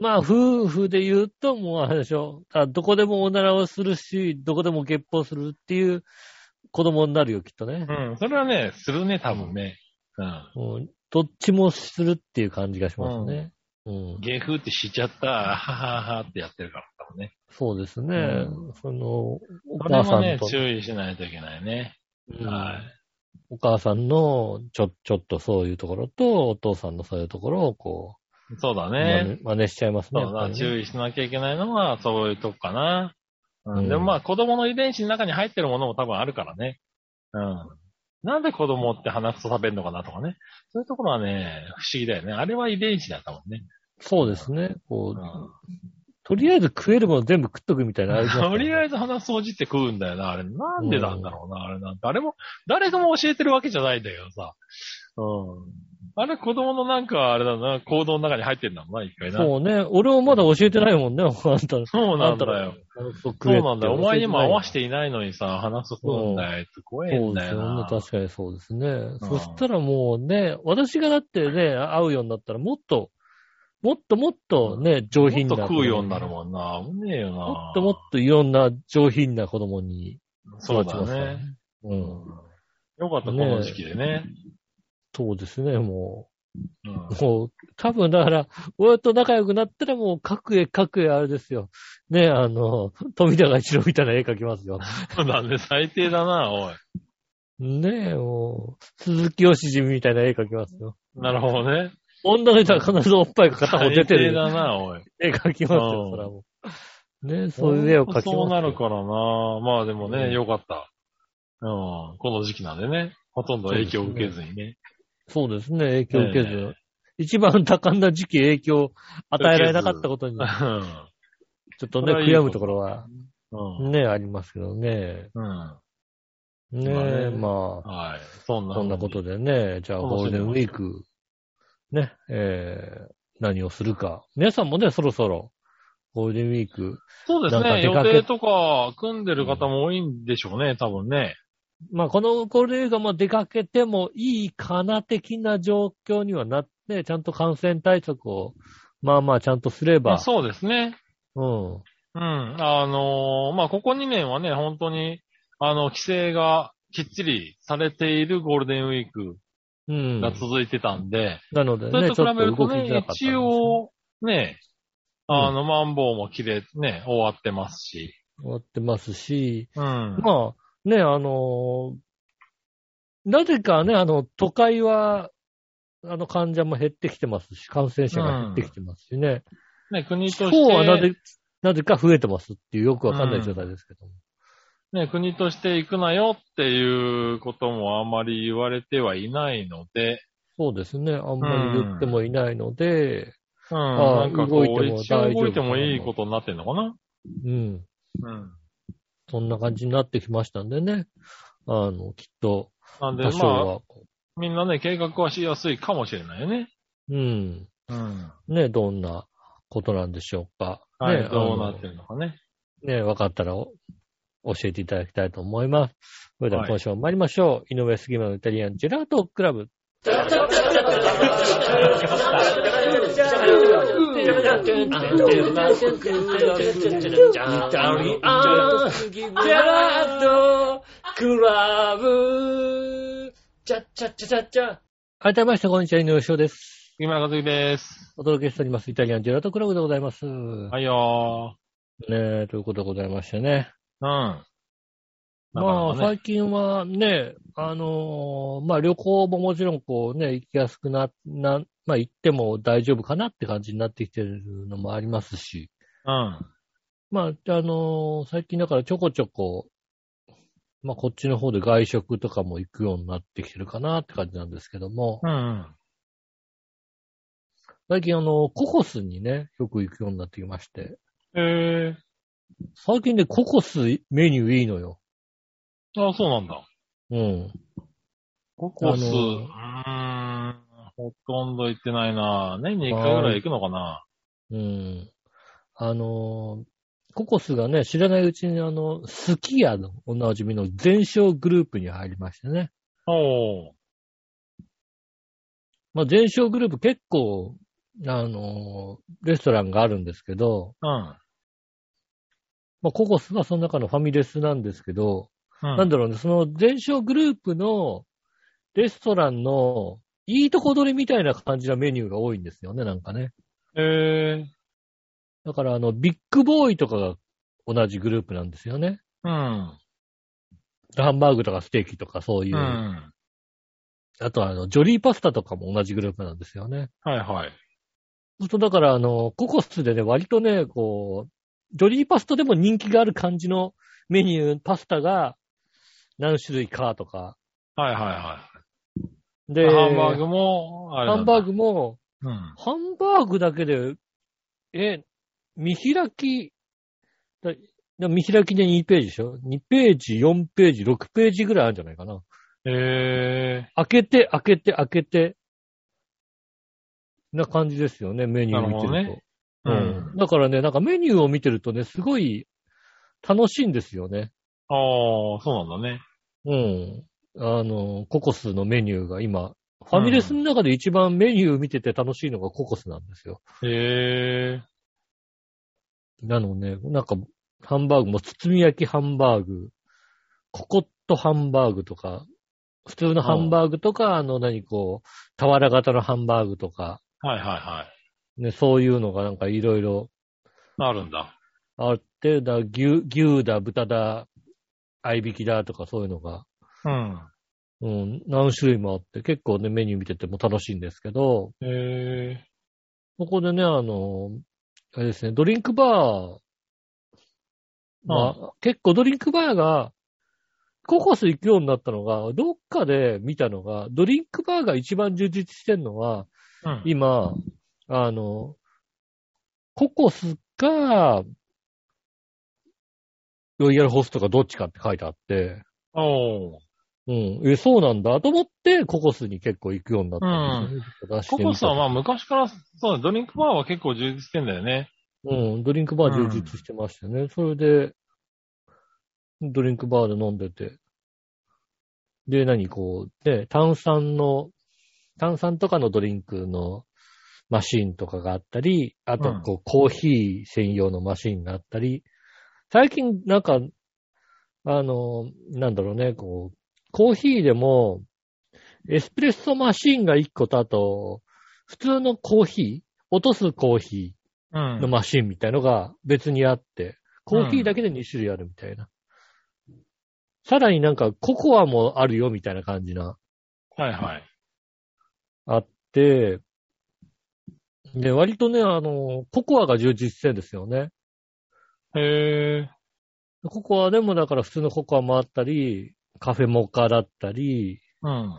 [SPEAKER 2] まあ、夫婦で言うと、もうあれでしょ。あどこでもおならをするし、どこでも月報するっていう子供になるよ、きっとね。
[SPEAKER 3] うん、それはね、するね、多分ね。うん。
[SPEAKER 2] うん。どっちもするっていう感じがしますね。うん。
[SPEAKER 3] 芸風ってしちゃった、はははってやってるから、多分ね。
[SPEAKER 2] そうですね。
[SPEAKER 3] う
[SPEAKER 2] その、お
[SPEAKER 3] これ
[SPEAKER 2] 母さ
[SPEAKER 3] も
[SPEAKER 2] ん
[SPEAKER 3] ね
[SPEAKER 2] と、、
[SPEAKER 3] 注意しないといけないね。
[SPEAKER 2] うん
[SPEAKER 3] はい。
[SPEAKER 2] お母さんのちょ、ちょっとそういうところと、お父さんのそういうところをこ
[SPEAKER 3] そうだ
[SPEAKER 2] う、
[SPEAKER 3] ね。
[SPEAKER 2] 真似真似しちゃいますね。
[SPEAKER 3] そ
[SPEAKER 2] や
[SPEAKER 3] う
[SPEAKER 2] っぱ
[SPEAKER 3] だ、
[SPEAKER 2] りね
[SPEAKER 3] 注意しなきゃいけないのは、そういうとこかな。うん。
[SPEAKER 2] うん
[SPEAKER 3] でもまあ、子供の遺伝子の中に入ってるものも多分あるからね。うん。なんで子供って鼻くそ食べるのかなとかね。そういうところはね、不思議だよね。あれは遺伝子だったもんね。
[SPEAKER 2] そうですね。こ
[SPEAKER 3] う
[SPEAKER 2] う、
[SPEAKER 3] ん。
[SPEAKER 2] とりあえず食えるもの全部食っとくみたいな。
[SPEAKER 3] とりあ
[SPEAKER 2] え
[SPEAKER 3] えず鼻掃除って食うんだよな、あれ。なんでなんだろうな、あれなんて。あれも、誰でも教えてるわけじゃないんだけどさ。うん。あれ子供のなんか、あれだな、行動の中に入ってんだもんな、一回な。
[SPEAKER 2] そうね。俺もまだ教えてないもんね、あんた。
[SPEAKER 3] そう
[SPEAKER 2] あ
[SPEAKER 3] なんん
[SPEAKER 2] た
[SPEAKER 3] だ
[SPEAKER 2] ら
[SPEAKER 3] よ。
[SPEAKER 2] そう
[SPEAKER 3] そうなんだよ。お前にも合わせ
[SPEAKER 2] て
[SPEAKER 3] ていないのにさ、話すそうなんだよ。怖
[SPEAKER 2] ない
[SPEAKER 3] い
[SPEAKER 2] そ
[SPEAKER 3] ん
[SPEAKER 2] うで
[SPEAKER 3] だ
[SPEAKER 2] す
[SPEAKER 3] よ
[SPEAKER 2] よね確かに
[SPEAKER 3] な。。
[SPEAKER 2] そうですね。そしたらもうね、私がだってね、会うようになったらもっと、もっともっとね、上品
[SPEAKER 3] も
[SPEAKER 2] な。
[SPEAKER 3] っと食うようになるもんな。危ねえよな。
[SPEAKER 2] もっともっといろんな上品な子供に
[SPEAKER 3] そう
[SPEAKER 2] 育ち
[SPEAKER 3] だ
[SPEAKER 2] ますから
[SPEAKER 3] ね。。
[SPEAKER 2] う
[SPEAKER 3] うん
[SPEAKER 2] ん。
[SPEAKER 3] よかった、この時期で ね。
[SPEAKER 2] そうですね、も
[SPEAKER 3] うん
[SPEAKER 2] う。もう、多分だから、親と仲良くなったらもう、各絵各絵あれですよ。ね、あの、富永一郎みたいな絵描きますよ。
[SPEAKER 3] そうだね、最低だな、おい。
[SPEAKER 2] ねえ、もう、鈴木よしじみみたいな絵描きますよ。
[SPEAKER 3] なるほどね。
[SPEAKER 2] 女の人は必ずおっぱいが片方出
[SPEAKER 3] 最
[SPEAKER 2] て
[SPEAKER 3] 低
[SPEAKER 2] る
[SPEAKER 3] だな、おい。
[SPEAKER 2] 絵描きますよ、
[SPEAKER 3] うん
[SPEAKER 2] そらもう。ねえそういう絵を描きますよ。
[SPEAKER 3] そうなるからな。まあでも
[SPEAKER 2] うん
[SPEAKER 3] ね、よかった。うん。この時期なんでね。ほとんど影響を受けずにね。
[SPEAKER 2] そうですね、影響を受けず。
[SPEAKER 3] え
[SPEAKER 2] 一番多感な時期影響を与えられなかったことに、ちょっとね、
[SPEAKER 3] それはい
[SPEAKER 2] 悔
[SPEAKER 3] い
[SPEAKER 2] やむところは、
[SPEAKER 3] うん。
[SPEAKER 2] ね、ありますけどね。
[SPEAKER 3] うん。
[SPEAKER 2] ね
[SPEAKER 3] まあね
[SPEAKER 2] まあ、
[SPEAKER 3] はい。そんな。
[SPEAKER 2] そんなことでね、じゃあゴールデンウィーク、ね、えー、何をするか。皆さんもね、そろそろ、ゴールデンウィーク、
[SPEAKER 3] そうです
[SPEAKER 2] なんか
[SPEAKER 3] ね。
[SPEAKER 2] 出
[SPEAKER 3] 予
[SPEAKER 2] かけ
[SPEAKER 3] 定とか組んでる方も多いんでしょうね、多分ね。
[SPEAKER 2] まあ、このゴールデンウィークはまあ出かけてもいいかな的な状況にはなって、ちゃんと感染対策を、まあまあちゃんとすれ
[SPEAKER 3] まあ
[SPEAKER 2] ば、
[SPEAKER 3] そうですね。
[SPEAKER 2] うん。
[SPEAKER 3] うん。あのーまあ、ここ2年はね、本当に、あの、規制がきっちりされているゴールデンウィーク
[SPEAKER 2] うん。
[SPEAKER 3] が続いてたんで、
[SPEAKER 2] なので
[SPEAKER 3] それ
[SPEAKER 2] ね、
[SPEAKER 3] と
[SPEAKER 2] ちょ
[SPEAKER 3] 比
[SPEAKER 2] っ
[SPEAKER 3] べ
[SPEAKER 2] と
[SPEAKER 3] ると
[SPEAKER 2] 動き
[SPEAKER 3] ね、
[SPEAKER 2] づらかったんですね、
[SPEAKER 3] 一応、ね、あの、マンボウも切れ、ね、終わってますし。
[SPEAKER 2] 終わってますし、
[SPEAKER 3] うん。
[SPEAKER 2] まあ、ね、あのーなぜかね、あの、都会は、あの、患者も減ってきてますし、感染者が減ってきてますしね。
[SPEAKER 3] ね、国
[SPEAKER 2] 地
[SPEAKER 3] と
[SPEAKER 2] 方はな
[SPEAKER 3] して、
[SPEAKER 2] ぜ、なぜか増えてますっていうよくわかんない状態ですけども。
[SPEAKER 3] ね、国として行くなよっていうこともあまり言われてはいないので、
[SPEAKER 2] そうですね。あんまり言ってもいないので、
[SPEAKER 3] うん、
[SPEAKER 2] あ
[SPEAKER 3] な
[SPEAKER 2] あ
[SPEAKER 3] んか
[SPEAKER 2] 動
[SPEAKER 3] こ
[SPEAKER 2] いて
[SPEAKER 3] う、
[SPEAKER 2] も
[SPEAKER 3] 一応
[SPEAKER 2] 大丈夫
[SPEAKER 3] 動いてもいいことになってんのかな
[SPEAKER 2] うん。
[SPEAKER 3] うん。
[SPEAKER 2] そんな感じになってきましたんでね。あの、きっと、
[SPEAKER 3] なんで
[SPEAKER 2] 多、少
[SPEAKER 3] まあ、
[SPEAKER 2] は、
[SPEAKER 3] みんなね、計画はしやすいかもしれないよね。
[SPEAKER 2] うん。
[SPEAKER 3] うん。
[SPEAKER 2] ね、どんなことなんでしょうか。
[SPEAKER 3] はい、
[SPEAKER 2] ね、
[SPEAKER 3] どうな
[SPEAKER 2] あの
[SPEAKER 3] ってるのかね。
[SPEAKER 2] ね、分かったらお教えていただきたいと思います。それでは今週も参りましょう。井上杉村のイタリアンジェラートクラブ。改めまして、こんにちは、井上翔です。
[SPEAKER 3] 杉村和樹です。
[SPEAKER 2] お届けしております。イタリアンジェラートクラブでございます。は
[SPEAKER 3] はいよ
[SPEAKER 2] い。ねということでございましてね。
[SPEAKER 3] ー。うん。
[SPEAKER 2] まあ、
[SPEAKER 3] なかなかね
[SPEAKER 2] 最近はね、あのーまあ旅行ももちろんこうね、行きやすくな、な、まあ行っても大丈夫かなって感じになってきてるのもありますし、まあ、あのー最近だからちょこちょこ、まあこっちの方で外食とかも行くようになってきてるかなって感じなんですけども、
[SPEAKER 3] うん。うん。
[SPEAKER 2] 最近あの、ココスにね、よく行くようになってきまして、
[SPEAKER 3] え
[SPEAKER 2] 最近ね、ココスメニューいいのよ。
[SPEAKER 3] ー、あ、そうなんだ。
[SPEAKER 2] うん。
[SPEAKER 3] ココス、
[SPEAKER 2] あの
[SPEAKER 3] うーん、ほとんど行ってないな。年に1回ぐらい行くのかな。
[SPEAKER 2] うん。あのーココスがね、知らないうちにあの、スキヤのおなじみの全商グループに入りましたね。
[SPEAKER 3] おー。
[SPEAKER 2] まあ、全商グループ結構、あのーレストランがあるんですけど、
[SPEAKER 3] うん。
[SPEAKER 2] まあ、ココスがその中のファミレスなんですけど、
[SPEAKER 3] うん。
[SPEAKER 2] なんだろうね、その全商グループのレストランのいいとこ取りみたいな感じのメニューが多いんですよね、なんかね。
[SPEAKER 3] えー。
[SPEAKER 2] だからあの、ビッグボーイとかが同じグループなんですよね。
[SPEAKER 3] うん。
[SPEAKER 2] ハンバーグとかステーキとかそういうう。
[SPEAKER 3] ん。
[SPEAKER 2] あとあの、ジョリーパスタとかも同じグループなんですよね。
[SPEAKER 3] はいはい。
[SPEAKER 2] そうするとだからあの、ココスでね、割とね、こう、ジョリーパスタでも人気がある感じのメニュー、パスタが何種類かとか。
[SPEAKER 3] はいはいは
[SPEAKER 2] で、
[SPEAKER 3] い。ハンバーグも、あれ
[SPEAKER 2] ハンバー
[SPEAKER 3] グ。
[SPEAKER 2] グも、
[SPEAKER 3] うん。
[SPEAKER 2] ハンバーグだけで、え、見開き、だだ見開きで2ページでしょ ?2 ページ、4ページ、6ページぐらいあるんじゃないかな。
[SPEAKER 3] え
[SPEAKER 2] 開けて、開けて、開けて、な感じですよね、メニュー見て
[SPEAKER 3] な
[SPEAKER 2] る
[SPEAKER 3] る
[SPEAKER 2] と
[SPEAKER 3] ほ。ー。うん。
[SPEAKER 2] うんだからね、なんかメニューを見てるとね、すごい楽しいんですよね。
[SPEAKER 3] ああ、そうなんだね。
[SPEAKER 2] うん。あの、ココスのメニューが今、ファミレスの中で一番メニュー見てて楽しいのがココスなんですよ。
[SPEAKER 3] ええ
[SPEAKER 2] なのね、なんか、ハンバーグも包み焼きハンバーグ、ココットハンバーグとか、普通のハンバーグとか、あの、何、こう、俵型のハンバーグとか、
[SPEAKER 3] はいはいは
[SPEAKER 2] ね、そういうのがなんかいろいろ
[SPEAKER 3] い。あるんだ。
[SPEAKER 2] あって、だ牛、牛だ、豚だ、合いびきだとかそういうのが、
[SPEAKER 3] うん。
[SPEAKER 2] うん、何種類もあって、結構ね、メニュー見てても楽しいんですけど、
[SPEAKER 3] ええ
[SPEAKER 2] ここでね、あの、あれですね、ドリンクバー、まあ、結構ドリンクバーが、ココス行くようになったのが、どっかで見たのが、ドリンクバーが一番充実してんのは、
[SPEAKER 3] うん。
[SPEAKER 2] 今、あの、ココスか、ロイヤルホストかどっちかって書いてあって、
[SPEAKER 3] おー
[SPEAKER 2] うん、え、そうなんだと思って、ココスに結構行くようになったんですよね、出して
[SPEAKER 3] コ
[SPEAKER 2] みた
[SPEAKER 3] コスはまあ昔から、そうね、ドリンクバーは結構充実してんだよね。
[SPEAKER 2] うん、ドリンクバー充実してましたね。それで、ドリンクバーで飲んでて。で、何こう、で、炭酸の、炭酸とかのドリンクのマシーンとかがあったり、あと、こう、コーヒー専用のマシーンがあったり、最近、なんか、あの、なんだろうね、こう、コーヒーでも、エスプレッソマシーンが1個と、あと、普通のコーヒー、落とすコーヒー、
[SPEAKER 3] うん
[SPEAKER 2] のマシンみたいのが別にあって、コーヒーだけで2種類あるみたいな。さらになんかココアもあるよみたいな感じな、
[SPEAKER 3] はいはい。
[SPEAKER 2] あって、で、割とね、あの、ココアが充実してるんですよね。
[SPEAKER 3] へえ
[SPEAKER 2] ココアでもだから普通のココアもあったり、カフェモカだったり、
[SPEAKER 3] うん。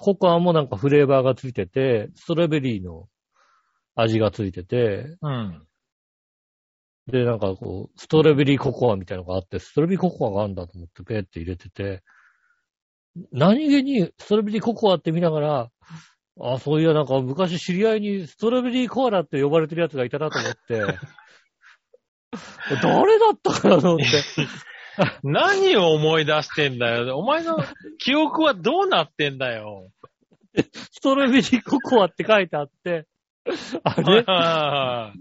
[SPEAKER 2] ココアもなんかフレーバーがついてて、ストロベリーの味がついてて、
[SPEAKER 3] うん。
[SPEAKER 2] で、なんかこう、ストロベリーココアみたいなのがあって、ストロベリーココアがあるんだと思ってペーって入れてて、何気にストロベリーココアって見ながら、あ、そういや、なんか昔知り合いにストロベリーコアラって呼ばれてるやつがいたなと思 って、誰だったかなと思って。
[SPEAKER 3] 何を思い出してんだよ。お前の記憶はどうなってんだよ。
[SPEAKER 2] ストロベリーココアって書いてあって、あ
[SPEAKER 3] はい
[SPEAKER 2] れ
[SPEAKER 3] はいは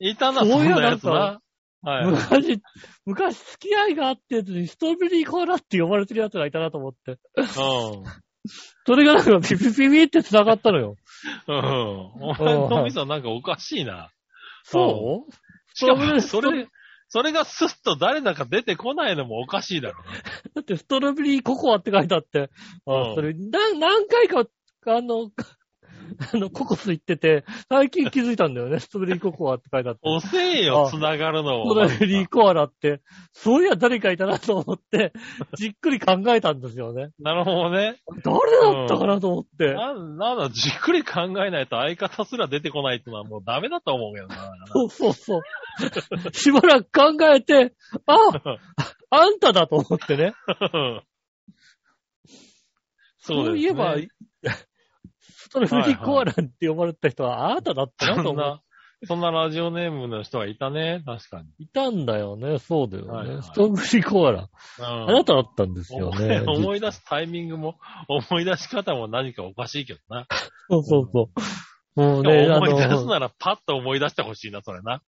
[SPEAKER 3] いいたな、
[SPEAKER 2] そうい
[SPEAKER 3] そん
[SPEAKER 2] や
[SPEAKER 3] な
[SPEAKER 2] な
[SPEAKER 3] や
[SPEAKER 2] ん
[SPEAKER 3] つな
[SPEAKER 2] か。
[SPEAKER 3] はいはい。
[SPEAKER 2] 昔、昔付き合いがあってやつにストロベリーコアラって呼ばれてるやつがいたなと思って。それがなんかピピピピって繋がったのよ。
[SPEAKER 3] うん。うん。お前のみさんなんかおかしいな。
[SPEAKER 2] そう
[SPEAKER 3] し
[SPEAKER 2] スト
[SPEAKER 3] か
[SPEAKER 2] ロベリー
[SPEAKER 3] も、それ、それがスッと誰だか出てこないのもおかしいだろ。
[SPEAKER 2] だってストロベリーココアって書いてあって、あ
[SPEAKER 3] うん
[SPEAKER 2] それ何何回か、あの、 あの、ココス行ってて、最近気づいたんだよね、ストロベリーココアって書いてあって。ス
[SPEAKER 3] 遅え
[SPEAKER 2] あ
[SPEAKER 3] よ、繋がるの
[SPEAKER 2] トロ
[SPEAKER 3] は。
[SPEAKER 2] ベリーコアラって、そういや誰かいたなと思って、じっくり考えたんですよね。
[SPEAKER 3] なるほどね。
[SPEAKER 2] 誰だったかなと思って。
[SPEAKER 3] なん、なんだ、じっくり考えないと相方すら出てこないってのはもうダメだと思うけどな。
[SPEAKER 2] そうそうそう。しばらく考えて、 あ、あんただと思ってね。
[SPEAKER 3] そうですね
[SPEAKER 2] いえば、ストロベリーコアランって呼ばれた人はあなただったなと
[SPEAKER 3] そん
[SPEAKER 2] 思っ
[SPEAKER 3] な、そんなラジオネームの人がいたね、確かに。
[SPEAKER 2] いたんだよね、そうだよね。
[SPEAKER 3] はいはい
[SPEAKER 2] ストグリコアラ。
[SPEAKER 3] うん
[SPEAKER 2] あなただったんですよ
[SPEAKER 3] 思い
[SPEAKER 2] ね。
[SPEAKER 3] 思い出すタイミングも、思い出し方も何かおかしいけどな。
[SPEAKER 2] そうそうそう。もう
[SPEAKER 3] で
[SPEAKER 2] ね、あ
[SPEAKER 3] も思い出す
[SPEAKER 2] の、
[SPEAKER 3] ならパッと思い出してほしいな、それな。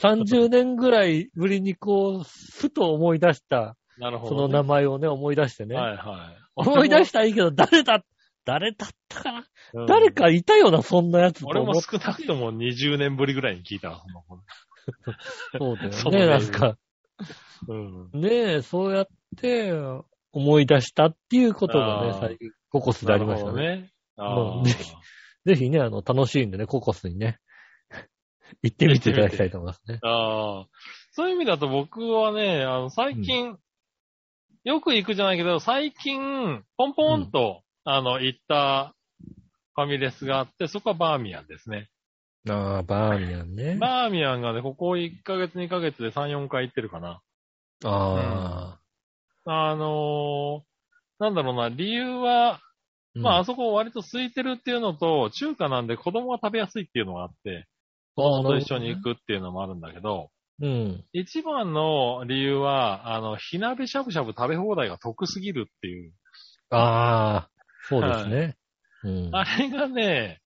[SPEAKER 2] 30年ぐらいぶりにこう、ふと思い出した、
[SPEAKER 3] なるほ
[SPEAKER 2] そ
[SPEAKER 3] ど、
[SPEAKER 2] の名前をね、思い出してね。
[SPEAKER 3] はいはい。
[SPEAKER 2] 思い出したらいいけど、誰だ、誰だったかな、
[SPEAKER 3] た
[SPEAKER 2] 誰かいたよな、そんなやつと
[SPEAKER 3] 俺
[SPEAKER 2] 思っ
[SPEAKER 3] も少なくとも20年ぶりぐらいに聞いたわ、その子
[SPEAKER 2] そうだよ
[SPEAKER 3] そう
[SPEAKER 2] ね、
[SPEAKER 3] ね
[SPEAKER 2] なんか。
[SPEAKER 3] うん。
[SPEAKER 2] ねえ、そうやって思い出したっていうことがね
[SPEAKER 3] あ、ー
[SPEAKER 2] 最近、ココスでありました
[SPEAKER 3] な
[SPEAKER 2] ね。
[SPEAKER 3] るほどね。あ
[SPEAKER 2] う
[SPEAKER 3] あ
[SPEAKER 2] ん。ぜひね、あの、楽しいんでね、ココスにね、 行ってみていただきたいと思いますね。
[SPEAKER 3] ああ。そういう意味だと僕はね、あの、最近、よく行くじゃないけど、最近、ポンポンと、あの、行ったファミレスがあって、そこはバーミヤンですね。
[SPEAKER 2] ああ、バーミヤンね。
[SPEAKER 3] バーミヤンがね、ここ1ヶ月2ヶ月で3、4回行ってるかな。
[SPEAKER 2] ああ、
[SPEAKER 3] あのーなんだろうな、理由は、
[SPEAKER 2] うん
[SPEAKER 3] まあ、
[SPEAKER 2] あ
[SPEAKER 3] あそこ割と空いてるっていうのと、中華なんで子供が食べやすいっていうのがあって、子
[SPEAKER 2] ー、
[SPEAKER 3] 供と一緒に行くっていうのもあるんだけど、
[SPEAKER 2] うん。
[SPEAKER 3] 一番の理由は、あの、火鍋しゃぶしゃぶ食べ放題が得すぎるっていう。
[SPEAKER 2] ああ、そうですね。うん。
[SPEAKER 3] あれがね、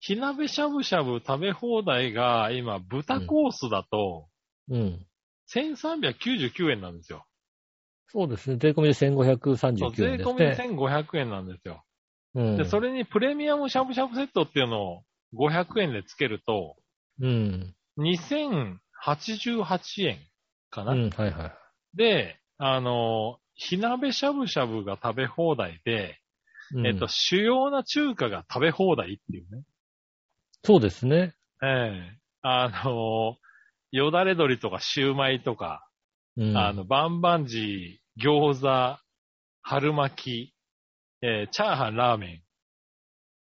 [SPEAKER 3] 火鍋しゃぶしゃぶ食べ放題が今、豚コースだと、
[SPEAKER 2] うん。
[SPEAKER 3] 1399円なんですよ。
[SPEAKER 2] そうですね。税込みで
[SPEAKER 3] そう
[SPEAKER 2] 1539
[SPEAKER 3] 税
[SPEAKER 2] 円です
[SPEAKER 3] 込みで
[SPEAKER 2] ね。
[SPEAKER 3] 1500円なんですよ。
[SPEAKER 2] うん。
[SPEAKER 3] で、それにプレミアムしゃぶしゃぶセットっていうのを500円でつけると、
[SPEAKER 2] うん。
[SPEAKER 3] 2088円か
[SPEAKER 2] う
[SPEAKER 3] な。
[SPEAKER 2] ん、はいはい。
[SPEAKER 3] で、あの、火鍋しゃぶしゃぶが食べ放題で、
[SPEAKER 2] うん
[SPEAKER 3] えっと、主要な中華が食べ放題っていうね。
[SPEAKER 2] そうですね。
[SPEAKER 3] ええあの、よだれ鶏とかシューマイとか、
[SPEAKER 2] うん。
[SPEAKER 3] あの、バンバンジー、餃子、春巻き、えーチャーハン、ラーメン、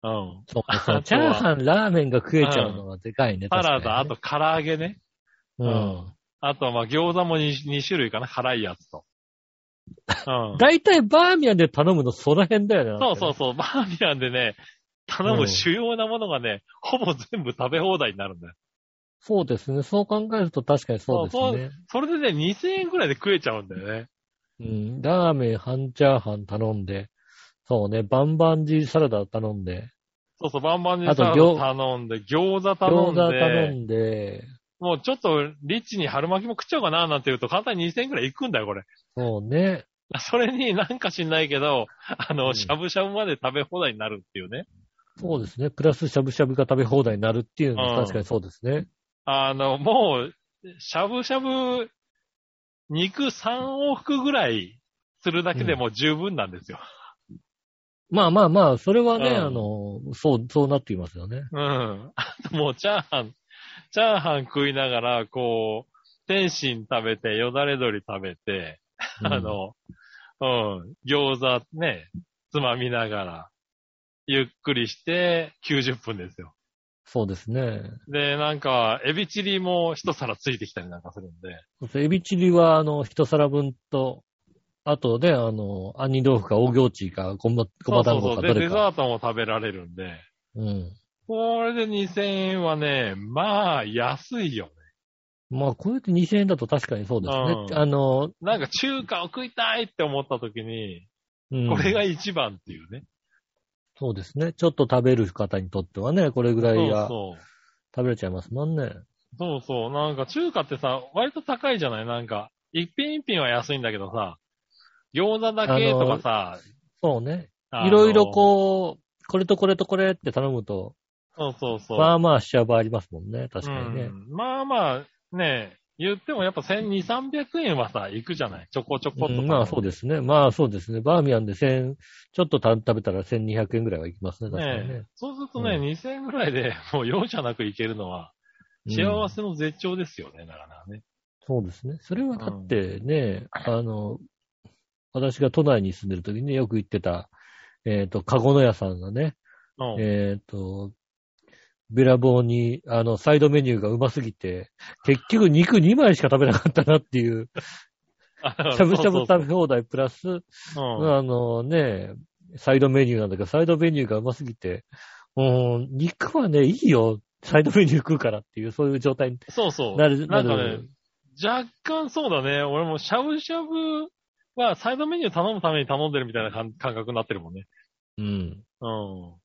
[SPEAKER 3] うん、
[SPEAKER 2] そうかそう
[SPEAKER 3] あとは
[SPEAKER 2] チャーハン、ラーメンが食えちゃうのはでかいね。
[SPEAKER 3] サ
[SPEAKER 2] 確か
[SPEAKER 3] ラ
[SPEAKER 2] にね
[SPEAKER 3] ダ、あと、唐揚げね。
[SPEAKER 2] うん。
[SPEAKER 3] あとはまあ餃子も 2, 2種類かな、辛いやつと。 うん。
[SPEAKER 2] 大体バーミヤンで頼むのその辺だよね。
[SPEAKER 3] そうそうそう、バーミヤンでね、頼
[SPEAKER 2] う
[SPEAKER 3] む
[SPEAKER 2] ん
[SPEAKER 3] 主要なものがね、ほぼ全部食べ放題になるんだよ。
[SPEAKER 2] そうですね。そう考えると確かにそうです
[SPEAKER 3] そう
[SPEAKER 2] ね。
[SPEAKER 3] それでね、2000円くらいで食えちゃうんだよね。
[SPEAKER 2] うん。ラーメン、半チャーハン頼んで、そうね、バンバンジーサラダ頼んで、
[SPEAKER 3] そうそう、バンバンに
[SPEAKER 2] あと
[SPEAKER 3] サラダ
[SPEAKER 2] 餃
[SPEAKER 3] 頼んで、餃子頼
[SPEAKER 2] 餃
[SPEAKER 3] ん
[SPEAKER 2] 子
[SPEAKER 3] で、
[SPEAKER 2] 頼んで、
[SPEAKER 3] もうちょっとリッチに春巻きも食っちゃおうかななんて言うと簡単に2000円くらいいくんだよ、これ。
[SPEAKER 2] そうね。
[SPEAKER 3] それになんか知んないけど、あ
[SPEAKER 2] う
[SPEAKER 3] の、
[SPEAKER 2] ん
[SPEAKER 3] しゃぶしゃぶまで食べ放題になるっていうね。
[SPEAKER 2] そうですね。プラスしゃぶしゃぶが食べ放題になるっていうの
[SPEAKER 3] うん
[SPEAKER 2] は確かにそうですね。
[SPEAKER 3] あの、もう、しゃぶしゃぶ、肉3往復ぐらいするだけでもう十分なんですよ。
[SPEAKER 2] まあまあまあ、それはね、
[SPEAKER 3] うん
[SPEAKER 2] あの、そう、そうなっていますよね。
[SPEAKER 3] うん。あと もうチャーハン、チャーハン食いながら、こう、天津食べて、よだれ鶏食べて、
[SPEAKER 2] うん
[SPEAKER 3] あ、の、うん、餃子ね、つまみながら、ゆっくりして90分ですよ。
[SPEAKER 2] そうですね。
[SPEAKER 3] で、なんか、エビチリも一皿ついてきたりなんかするんで。
[SPEAKER 2] エビチリは、あの、一皿分と、あとね、あの、杏仁豆腐か、大行地か、ごま、ごま団
[SPEAKER 3] そ
[SPEAKER 2] 子か、
[SPEAKER 3] うそうそ
[SPEAKER 2] ど
[SPEAKER 3] う。で、
[SPEAKER 2] れ
[SPEAKER 3] デ
[SPEAKER 2] か。
[SPEAKER 3] ザートも食べられるんで。
[SPEAKER 2] うん。
[SPEAKER 3] これで2000円はね、まあ、安いよね。
[SPEAKER 2] まあ、こうやって2000円だと確かにそうですね
[SPEAKER 3] う。ん
[SPEAKER 2] あの、
[SPEAKER 3] なんか中華を食いたいって思った時に、
[SPEAKER 2] うん、
[SPEAKER 3] これが一番っていうね。
[SPEAKER 2] そうですね。ちょっと食べる方にとってはね、これぐらいが
[SPEAKER 3] そう
[SPEAKER 2] 食べれちゃいますもんね。
[SPEAKER 3] そう。そうそう。なんか中華ってさ、割と高いじゃないなんか、一品一品は安いんだけどさ、餃子だけとかさ、
[SPEAKER 2] そうね。
[SPEAKER 3] あの
[SPEAKER 2] いろいろこう、これとこれとこれって頼むと、
[SPEAKER 3] そうそうそう。
[SPEAKER 2] まあまあしちゃう場合ありますもんね。確
[SPEAKER 3] う
[SPEAKER 2] かにね。
[SPEAKER 3] ん、まあまあ、ね、言ってもやっぱ1200、300円はさ、行くじゃないちょこちょこっと、
[SPEAKER 2] うんまあそう
[SPEAKER 3] で
[SPEAKER 2] ですね。まあそうですね。バーミヤンで1000、ちょっとた食べたら1200円ぐらいはいきますね。確かにね
[SPEAKER 3] ね。そうするとね、
[SPEAKER 2] うん
[SPEAKER 3] 2000円ぐらいでもう容赦なく行けるのは、
[SPEAKER 2] うん
[SPEAKER 3] 幸せの絶頂ですよね、なかなかね。
[SPEAKER 2] そうですね。それはだってね、あの、私が都内に住んでる時によく行ってた、えっ、と、カゴの屋さんがね、
[SPEAKER 3] うん
[SPEAKER 2] えっ、と、べらぼうに、あの、サイドメニューがうますぎ て、結局肉2枚しか食べなかったなっていう、 しゃぶしゃぶ食べ放題プラス、
[SPEAKER 3] うん
[SPEAKER 2] あのね、サイドメニューなんだけど、サイドメニューがうますぎて、うーん、肉はね、いいよ。サイドメニュー食うからっていう、そういう状態に
[SPEAKER 3] そうそう。
[SPEAKER 2] なる、
[SPEAKER 3] なんか
[SPEAKER 2] な
[SPEAKER 3] ね、若干そうだね。俺もしゃぶしゃぶはサイドメニュー頼むために頼んでるみたいな感感覚になってるもんね。
[SPEAKER 2] うん。
[SPEAKER 3] うん。こ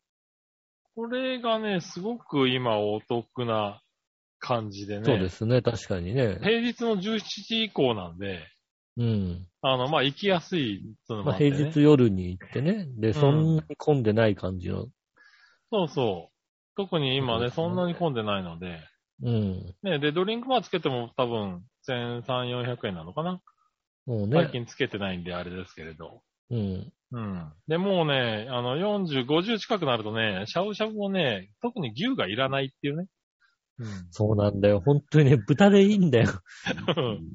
[SPEAKER 3] れがね、すごく今お得な感じでね。
[SPEAKER 2] そうですね、確かにね。
[SPEAKER 3] 平日の17時以降なんで、
[SPEAKER 2] うん。
[SPEAKER 3] あの、まあ、行きやすいっていうのも
[SPEAKER 2] まあ、
[SPEAKER 3] あって、ね。
[SPEAKER 2] 平日夜に行ってね。で、そんなに混んでない感じの。
[SPEAKER 3] そうそう。特に今ね、
[SPEAKER 2] そ
[SPEAKER 3] そ
[SPEAKER 2] です
[SPEAKER 3] う
[SPEAKER 2] ね
[SPEAKER 3] んなに混んでないので。
[SPEAKER 2] うん。
[SPEAKER 3] ね、で、ドリンクバーつけても多分、1300、400円なのかな、
[SPEAKER 2] もうね
[SPEAKER 3] 最。近つけてないんであれですけれど。
[SPEAKER 2] うん。
[SPEAKER 3] うん。で、もうね、あの、40、50近くなるとね、しゃぶしゃぶもね、特に牛がいらないっていうね。
[SPEAKER 2] そうなんだよ。本当にね、豚でいいんだよ。
[SPEAKER 3] うん。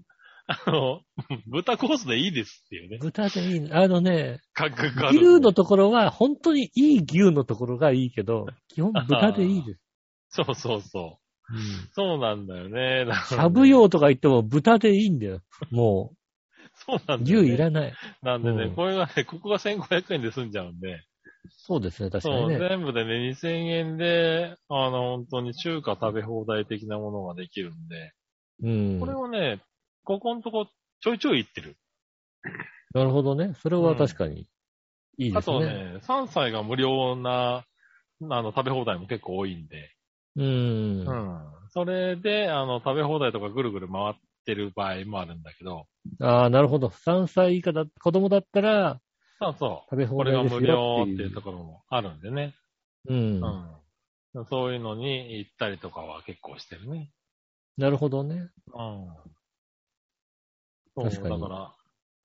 [SPEAKER 3] あの、 豚コースでいいですっていうね。
[SPEAKER 2] 豚でいい。あのね、
[SPEAKER 3] 感覚がある。
[SPEAKER 2] 牛のところは、本当にいい牛のところがいいけ ど、基本豚でいいです。
[SPEAKER 3] そうそうそう。そうなんだよね。だか
[SPEAKER 2] し
[SPEAKER 3] らね
[SPEAKER 2] ゃぶ。用とか言っても豚でいいんだよ。も
[SPEAKER 3] そうな
[SPEAKER 2] う、
[SPEAKER 3] んだよ、ね。
[SPEAKER 2] 牛いらない。
[SPEAKER 3] なんでね、
[SPEAKER 2] うん
[SPEAKER 3] これがね、ここが1500円で済んじゃうんで。
[SPEAKER 2] そうですね、確か
[SPEAKER 3] そう、
[SPEAKER 2] にね。
[SPEAKER 3] 全部でね、2000円で、あの、本当に中華食べ放題的なものができるんで、
[SPEAKER 2] うん。
[SPEAKER 3] これをね、ここのとこちょいちょい行ってる。
[SPEAKER 2] なるほどね。それは確かに、いいで
[SPEAKER 3] あ
[SPEAKER 2] す
[SPEAKER 3] と
[SPEAKER 2] ね。
[SPEAKER 3] ね、3歳が無料な、あの、食べ放題も結構多いんで、
[SPEAKER 2] うん
[SPEAKER 3] う。ん。それで、あの、食べ放題とかぐるぐる回ってる場合もあるんだけど、
[SPEAKER 2] ああ、なるほど。3歳以下だ、子供だったら
[SPEAKER 3] そうそう。
[SPEAKER 2] 食べ放
[SPEAKER 3] これが
[SPEAKER 2] 題です
[SPEAKER 3] 無料
[SPEAKER 2] よっ
[SPEAKER 3] っ
[SPEAKER 2] てて
[SPEAKER 3] い
[SPEAKER 2] いうう
[SPEAKER 3] と。ころもあるんでね。
[SPEAKER 2] うん。
[SPEAKER 3] うん。そういうのに行ったりとかは結構してるね。
[SPEAKER 2] なるほどね。
[SPEAKER 3] うん。
[SPEAKER 2] 確かに
[SPEAKER 3] だか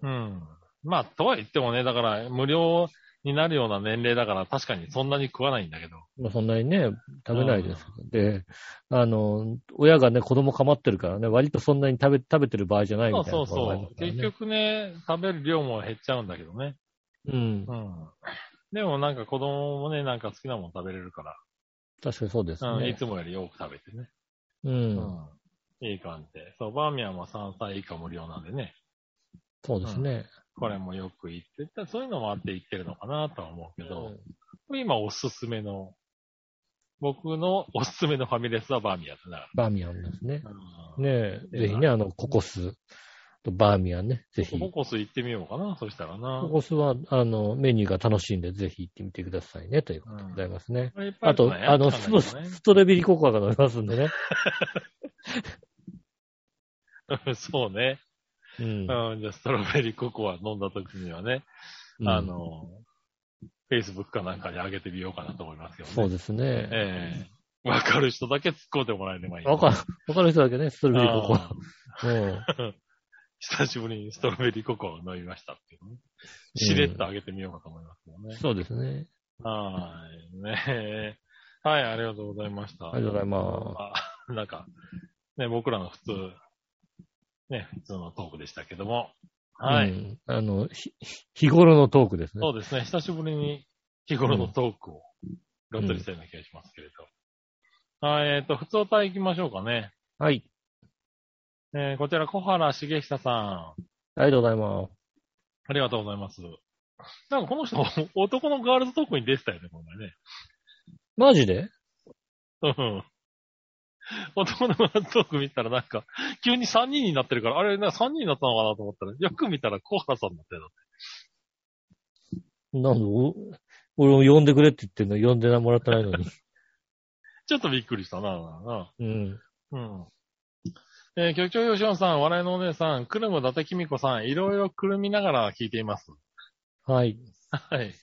[SPEAKER 3] ら、うん。まあ、とは言ってもね、だから、無料になるような年齢だから、確かにそんなに食わないんだけど。
[SPEAKER 2] まあ、そんなにね、食べないです。で、あの、親がね、子供構ってるからね、割とそんなに食べ、食べてる場合じゃない
[SPEAKER 3] そ
[SPEAKER 2] み
[SPEAKER 3] う
[SPEAKER 2] たい
[SPEAKER 3] そ
[SPEAKER 2] な
[SPEAKER 3] う
[SPEAKER 2] ところがあり
[SPEAKER 3] そ
[SPEAKER 2] ます
[SPEAKER 3] う。
[SPEAKER 2] からね、
[SPEAKER 3] 結局ね、食べる量も減っちゃうんだけどね。
[SPEAKER 2] うん
[SPEAKER 3] う。ん。でもなんか子供もね、なんか好きなもの食べれるか
[SPEAKER 2] 確かにそうです
[SPEAKER 3] ら、うん、い
[SPEAKER 2] ね。
[SPEAKER 3] つもより多く食べてね。
[SPEAKER 2] うん。
[SPEAKER 3] うん。いい感じで。そう、バーミヤンは3歳以下無料なんでね。
[SPEAKER 2] そうですね。
[SPEAKER 3] これもよく行って、そういうのもあって行ってるのかなとは思うけど。
[SPEAKER 2] うん
[SPEAKER 3] これ今おすすめの、僕のおすすめのファミレスはバーミヤンだ
[SPEAKER 2] バーミヤンですね
[SPEAKER 3] な。。うん
[SPEAKER 2] ねえ、
[SPEAKER 3] で
[SPEAKER 2] ぜひね、あの、ココスとバーミヤンね、ぜひ。
[SPEAKER 3] コ
[SPEAKER 2] コ
[SPEAKER 3] コス行ってみようかな、そしたらな。
[SPEAKER 2] コスは、あの、メニューが楽しいんで、ぜひ行ってみてくださいね、ということでございますね。
[SPEAKER 3] これいっぱい
[SPEAKER 2] あ
[SPEAKER 3] る
[SPEAKER 2] と、
[SPEAKER 3] から
[SPEAKER 2] あの、
[SPEAKER 3] やっ
[SPEAKER 2] ス
[SPEAKER 3] ちゃう
[SPEAKER 2] ト
[SPEAKER 3] んだけどね
[SPEAKER 2] ストレベリココアが飲めますんでね。
[SPEAKER 3] そうね。
[SPEAKER 2] うん。
[SPEAKER 3] うん、じゃあストロベリーココア飲んだ時にはね、
[SPEAKER 2] うん
[SPEAKER 3] あ、の、Facebook かなんかに上げてみようかなと思いますけどね。
[SPEAKER 2] そうですね。
[SPEAKER 3] ええわかる人だけ突っ込んでもらえればいい。
[SPEAKER 2] わかる、わかる人だけね、ストロベリーココ
[SPEAKER 3] あ
[SPEAKER 2] ア。
[SPEAKER 3] ー
[SPEAKER 2] うん。
[SPEAKER 3] 久しぶりにストロベリーココアを飲みましたっていうね。しれっと上げてみようかと思いますけどね。
[SPEAKER 2] そうですね。
[SPEAKER 3] はーい。ねえ。はい、ありがとうございました。
[SPEAKER 2] ありがとうございま
[SPEAKER 3] あなんか、ね、僕らの普通、ね、普通のトークでしたけども。
[SPEAKER 2] す。
[SPEAKER 3] はい。
[SPEAKER 2] うんあの、ひ日頃のトークですね
[SPEAKER 3] そ。うですね、久しぶりに日頃のトークを、ロットリしたような気がしますけれど。はい、えっ、と、普通歌行きましょうかね。
[SPEAKER 2] はい。
[SPEAKER 3] えーこちら、小原茂久さん。あ
[SPEAKER 2] ありがとうございます。
[SPEAKER 3] りがとうございます。なんかこの人、男のガールズトークに出てたよね、この前ね。
[SPEAKER 2] マジで
[SPEAKER 3] うん。男のワントーク見たらなんか、急に3人になってるから、あれ、な3人になったのかなと思ったら、よく見たら小原さんになってる。
[SPEAKER 2] なんで、お俺も呼んでくれって言ってんの呼んでなもらってない のに。
[SPEAKER 3] ちょっとびっくりしたな、な
[SPEAKER 2] うん。
[SPEAKER 3] うん。えー局長よしおさん、笑いのお姉さん、くるむ伊達きみこさん、いろいろくるみながら聞いています。
[SPEAKER 2] はい。
[SPEAKER 3] はい。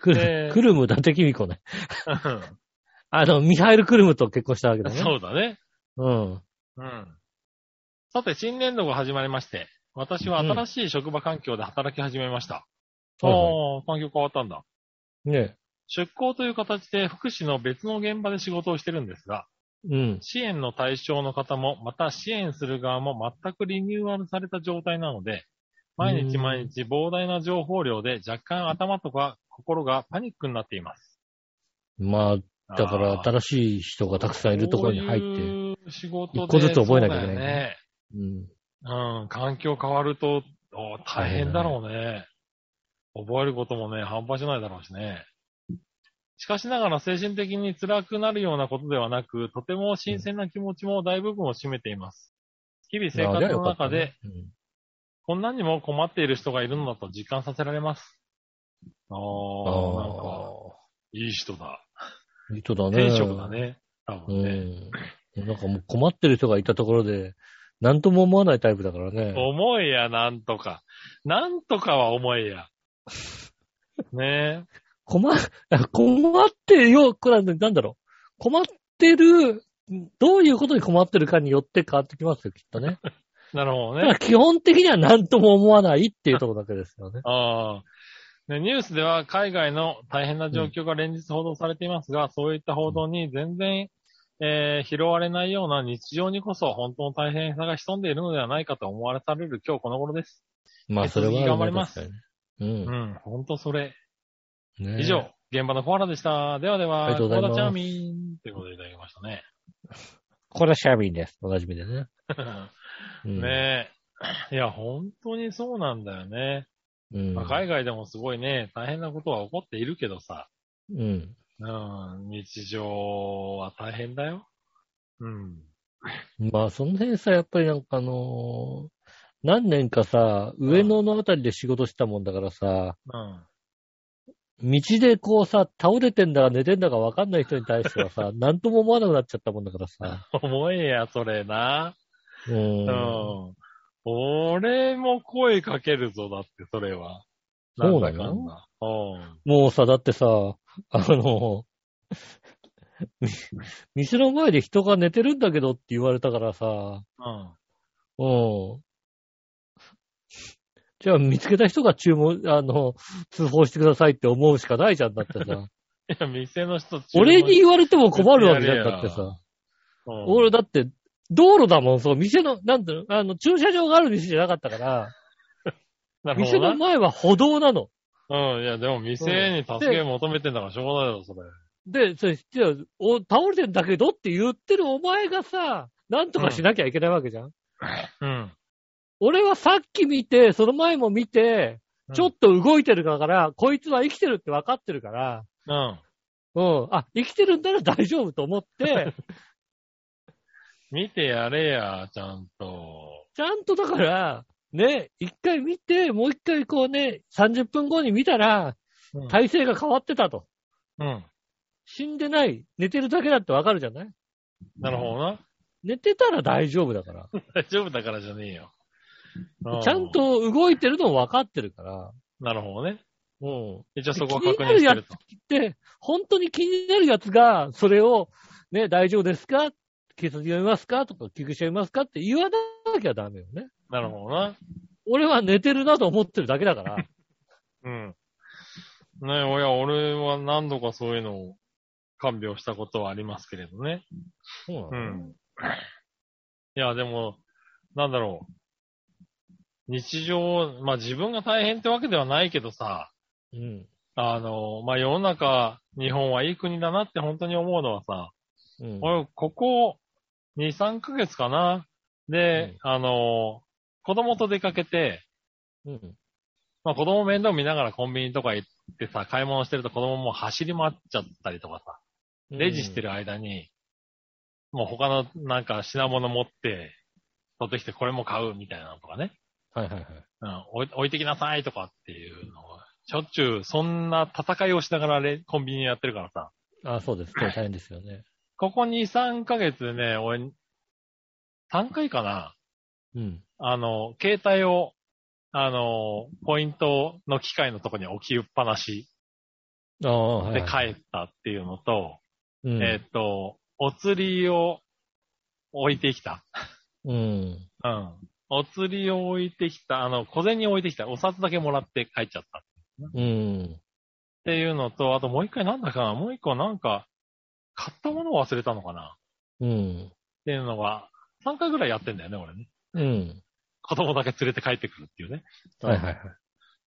[SPEAKER 2] くる、
[SPEAKER 3] えー
[SPEAKER 2] くるむ伊達きみこね。あの、ミハイル・クルムと結婚したわけだね。
[SPEAKER 3] そうだね。
[SPEAKER 2] うん。
[SPEAKER 3] うん。さて、新年度が始まりまして、私は新しい職場環境で働き始めました。
[SPEAKER 2] はいは
[SPEAKER 3] ああ、環境変わったんだ。
[SPEAKER 2] い。ね
[SPEAKER 3] 出向という形で福祉の別の現場で仕事をしてるんですが、
[SPEAKER 2] うん。
[SPEAKER 3] 支援の対象の方も、また支援する側も全くリニューアルされた状態なので、毎日毎日膨大な情報量で若干頭とか心がパニックになっています。
[SPEAKER 2] まあ、だから
[SPEAKER 3] し
[SPEAKER 2] 新しい人がたくさんいるところに入
[SPEAKER 3] そう
[SPEAKER 2] って。
[SPEAKER 3] いう仕事で
[SPEAKER 2] 一個ずつ覚えなきゃいけない
[SPEAKER 3] そうだよね。
[SPEAKER 2] うん。
[SPEAKER 3] うん、環境変わると、お大変だろうね。覚えることもね、半端じゃないだろうしね。しかしながら精神的に辛くなるようなことではなく、とても新鮮な気持ちも大部分を占めています。日々生活の中で、
[SPEAKER 2] いや。あれはよかったね
[SPEAKER 3] こんなにも困っている人がいるのだと実感させられます。ああ、
[SPEAKER 2] うん
[SPEAKER 3] なん
[SPEAKER 2] あ
[SPEAKER 3] か、いい人だ。
[SPEAKER 2] あ、いい人だね。
[SPEAKER 3] 天職だ。ね。多分ね。
[SPEAKER 2] うん。なんかもう困ってる人がいたところで、なんとも思わないタイプだからね。
[SPEAKER 3] 思えや、なんとか。なんとかは思えや。ねえ。
[SPEAKER 2] 困、 困ってよ、これはねなんだろう。困ってる、どういうことに困ってるかによって変わってきますよ、きっと ね。
[SPEAKER 3] なるほど
[SPEAKER 2] だか
[SPEAKER 3] ね
[SPEAKER 2] ら。基本的には何とも思わないっていうところだけですよね。
[SPEAKER 3] ああ。ねニュースでは海外の大変な状況が連日報道されていますが、そういった報道に全然、えー拾われないような日常にこそ本当の大変さが潜んでいるのではないかと思わされる今日この頃です。
[SPEAKER 2] まあ、それは、
[SPEAKER 3] 引き続き頑張ります
[SPEAKER 2] 確かに
[SPEAKER 3] う
[SPEAKER 2] ね。
[SPEAKER 3] ん、本当それ。
[SPEAKER 2] うん。ねえ
[SPEAKER 3] 以上、現場のコアラでした。ではで
[SPEAKER 2] あり
[SPEAKER 3] は、
[SPEAKER 2] がとう
[SPEAKER 3] コ
[SPEAKER 2] ござい
[SPEAKER 3] ア
[SPEAKER 2] ま
[SPEAKER 3] ラ
[SPEAKER 2] す
[SPEAKER 3] チャーミンということでいただきましたね。
[SPEAKER 2] これはシャービンです。おなじみでね。うん、
[SPEAKER 3] ねえ。いや、本当にそうなんだよね。
[SPEAKER 2] うん。
[SPEAKER 3] まあ海外でもすごいね、大変なことは起こっているけどさ。
[SPEAKER 2] うん。
[SPEAKER 3] うん、日常は大変だよ。うん。
[SPEAKER 2] まあ、その辺さ、やっぱりなんかあのー何年かさ、上野のあたりで仕事してたもんだからさ、
[SPEAKER 3] うん。
[SPEAKER 2] 道でこうさ、倒れてんだか寝てんだか分かんない人に対してはさ、何とも思わなくなっちゃったもんだからさ。
[SPEAKER 3] 思えや、それな。
[SPEAKER 2] う。
[SPEAKER 3] うんん。俺も声かけるぞ、だって、それは。
[SPEAKER 2] そうだ
[SPEAKER 3] なん
[SPEAKER 2] よ
[SPEAKER 3] だかんだ。うん。
[SPEAKER 2] もうさ、だってさ、あのー、店の前で人が寝てるんだけどって言われたからさ、
[SPEAKER 3] うん。
[SPEAKER 2] うん。じゃあ見つけた人が注文、あの、通報してくださいって思うしかないじゃんだってさ。
[SPEAKER 3] いや、店の人、
[SPEAKER 2] 俺に、言われても困るわけじゃんだってさ。
[SPEAKER 3] うん、
[SPEAKER 2] 俺だって、道路だもん、そう、店の、なんていうの、あの、駐車場がある店じゃなかったから、
[SPEAKER 3] なるほ
[SPEAKER 2] 店
[SPEAKER 3] ど
[SPEAKER 2] の
[SPEAKER 3] な。
[SPEAKER 2] 前は歩道なの。
[SPEAKER 3] うん、いや、でも店に助け求めてんだからしょうがないだろ、それ。
[SPEAKER 2] で、それ、じゃあお倒れてんだけどって言ってるお前がさ、なんとかしなきゃいけないわけじゃん。
[SPEAKER 3] うん。
[SPEAKER 2] 俺はさっき見て、その前も見て、ちょっと動いてるから、こいつは生きてるって分かってるから、
[SPEAKER 3] うん。
[SPEAKER 2] うん。あ、生きてるんなら大丈夫と思 って、
[SPEAKER 3] 見てやれや、ちゃんと。
[SPEAKER 2] ちゃんとだから、ね、一回見て、もう一回こうね、30分後に見たら、
[SPEAKER 3] うん
[SPEAKER 2] 体勢が変わってたと。
[SPEAKER 3] うん。
[SPEAKER 2] 死んでない。寝てるだけだってわかるじゃない
[SPEAKER 3] なるほどな。
[SPEAKER 2] 寝てたら大丈夫だから。
[SPEAKER 3] 大丈夫だからじゃねえよ。う
[SPEAKER 2] ちゃん。と動いてるのもわかってるから。
[SPEAKER 3] なるほどね。
[SPEAKER 2] うん。
[SPEAKER 3] 一応そこは確認してると。
[SPEAKER 2] で、本当に気になるやつが、それを、ね、大丈夫ですか警察呼びますかとか、救急車呼びますかって言わなきゃダメよね。
[SPEAKER 3] なるほどな。
[SPEAKER 2] 俺は寝てるなと思ってるだけだ から。
[SPEAKER 3] うん。ねえ、おや、俺は何度かそういうのを看病したことはありますけれどね。
[SPEAKER 2] そうなの
[SPEAKER 3] うん。いや、でも、なんだろう。日常、まあ自分が大変ってわけではないけどさ、
[SPEAKER 2] うん。
[SPEAKER 3] あの、まあ世の中、日本はいい国だなって本当に思うのはさ、
[SPEAKER 2] うん。
[SPEAKER 3] 俺、ここ、2、3ヶ月かな。で、
[SPEAKER 2] うん
[SPEAKER 3] あの、子供と出かけて、
[SPEAKER 2] うん。
[SPEAKER 3] まあ子供面倒見ながらコンビニとか行ってさ、買い物してると子供も走り回っちゃったりとかさ、レジして
[SPEAKER 2] る。
[SPEAKER 3] る間に、もう他のなんか品物持って、取ってきてこれも買うみたいなのとかね。
[SPEAKER 2] はいはいはい。
[SPEAKER 3] うん、置い置いてきなさいとかっていうのを、しょっちゅうそんな戦いをしながらレコンビニやってるからさ、
[SPEAKER 2] あそうです。ね大変ですよね。
[SPEAKER 3] ここ2、3ヶ月でね、俺、3回かな
[SPEAKER 2] うん。
[SPEAKER 3] あの、携帯を、あの、ポイントの機械のとこに置きっぱなし
[SPEAKER 2] ああ、はい。
[SPEAKER 3] で帰ったっていうのと、
[SPEAKER 2] うん。
[SPEAKER 3] えーっと、お釣りを置いてきた。
[SPEAKER 2] うん。
[SPEAKER 3] うん。お釣りを置いてきた。あの、小銭を置いてきた。お札だけもらって帰っちゃった。っ
[SPEAKER 2] うん。
[SPEAKER 3] ていうのと、あともう一回なんだかな。もう一個なんか、買ったものを忘れたのかな。
[SPEAKER 2] うん。
[SPEAKER 3] っていうのが、3回ぐらいやってんだよね、俺ね。
[SPEAKER 2] うん。
[SPEAKER 3] 子供だけ連れて帰ってくるっていうね。
[SPEAKER 2] はいはいはい。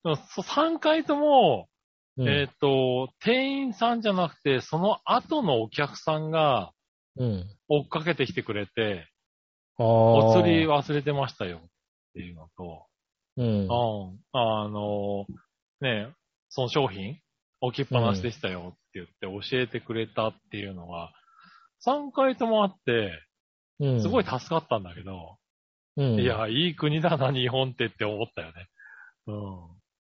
[SPEAKER 3] でもそ3回とも、
[SPEAKER 2] うん
[SPEAKER 3] えーっ、と、店員さんじゃなくて、その後のお客さんが
[SPEAKER 2] うん。
[SPEAKER 3] 追っかけてきてくれて、
[SPEAKER 2] ああ。
[SPEAKER 3] お釣り忘れてましたよっていうのと、
[SPEAKER 2] うん。
[SPEAKER 3] うん、あの、ね、その商品置きっぱなしでしたよ言って教えてくれたっていうのが、3回ともあって、
[SPEAKER 2] うん。
[SPEAKER 3] すごい助かったんだけど、
[SPEAKER 2] うん。
[SPEAKER 3] い、や、いい国だな、日本ってって思ったよね。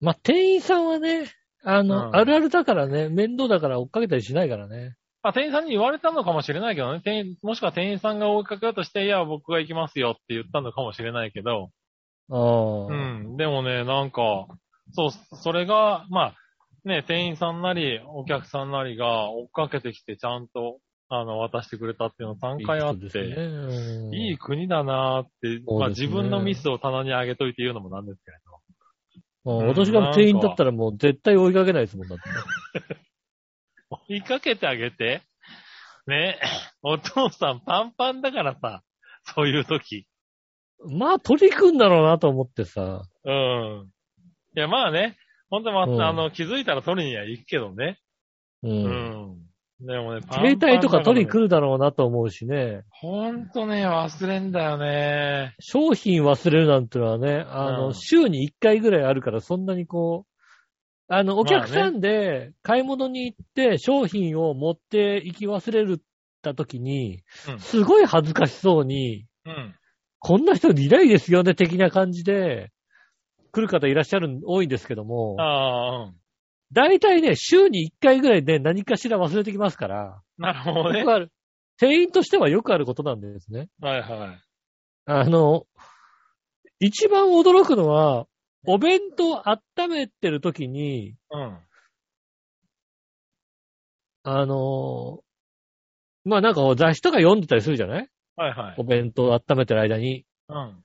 [SPEAKER 2] まあ、店員さんはね、あの、
[SPEAKER 3] うん
[SPEAKER 2] あるあるだからね、面倒だから追っかけたりしないからね。
[SPEAKER 3] まあ、店員さんに言われたのかもしれないけどね、店員、もしくは店員さんが追いかけようとして、いや、僕が行きますよって言ったのかもしれないけど、
[SPEAKER 2] ああ。
[SPEAKER 3] う。ん。でもね、なんか、そう、それが、まあ、ね、店員さんなり、お客さんなりが追っかけてきて、ちゃんと、あの、渡してくれたっていうの3回あって、
[SPEAKER 2] ですね。うん
[SPEAKER 3] いい国だなーって、
[SPEAKER 2] そう
[SPEAKER 3] まあ
[SPEAKER 2] です
[SPEAKER 3] 自
[SPEAKER 2] ね
[SPEAKER 3] 分のミスを棚に上げといて言うのもなんですけれど。
[SPEAKER 2] うん私が店員だったらもう絶対追いかけないですもん、だって。
[SPEAKER 3] 追いかけてあげて。ね お父さんパンパンだからさ、そういう時。
[SPEAKER 2] まあ、取り組んだろうなと思ってさ。
[SPEAKER 3] うん。いや、まあね、本当にまあ、
[SPEAKER 2] うん
[SPEAKER 3] あの、気づいたら取りには行くけどね。
[SPEAKER 2] う。
[SPEAKER 3] うんん。でもね、パンパン
[SPEAKER 2] 携帯とか取りに
[SPEAKER 3] る。
[SPEAKER 2] 来るだろうなと思うしね。
[SPEAKER 3] ほんとね、忘れんだよね。
[SPEAKER 2] 商品忘れるなんてのはね、あの、
[SPEAKER 3] うん
[SPEAKER 2] 週に1回ぐらいあるから、そんなにこう、あの、お客さんで買い物に行って商品を持って行き忘れるった時に
[SPEAKER 3] う、ん
[SPEAKER 2] すごい恥ずかしそうに、
[SPEAKER 3] うん。
[SPEAKER 2] こんな人いないですよね、的な感じで、来る方いらっしゃる、多いんですけども、
[SPEAKER 3] ああ、うん。
[SPEAKER 2] 大体ね、週に1回ぐらいで何かしら忘れてきますから、
[SPEAKER 3] なるほど
[SPEAKER 2] よ
[SPEAKER 3] ね
[SPEAKER 2] く。ある、店員としてはよくあることなんですね。
[SPEAKER 3] はいはい。
[SPEAKER 2] あの、一番驚くのは、お弁当温めてる時に、
[SPEAKER 3] うん。
[SPEAKER 2] あの、まあなんかこう雑誌とか読んでたりするじゃない
[SPEAKER 3] はいはい
[SPEAKER 2] お。弁当温めてる間に。
[SPEAKER 3] うん。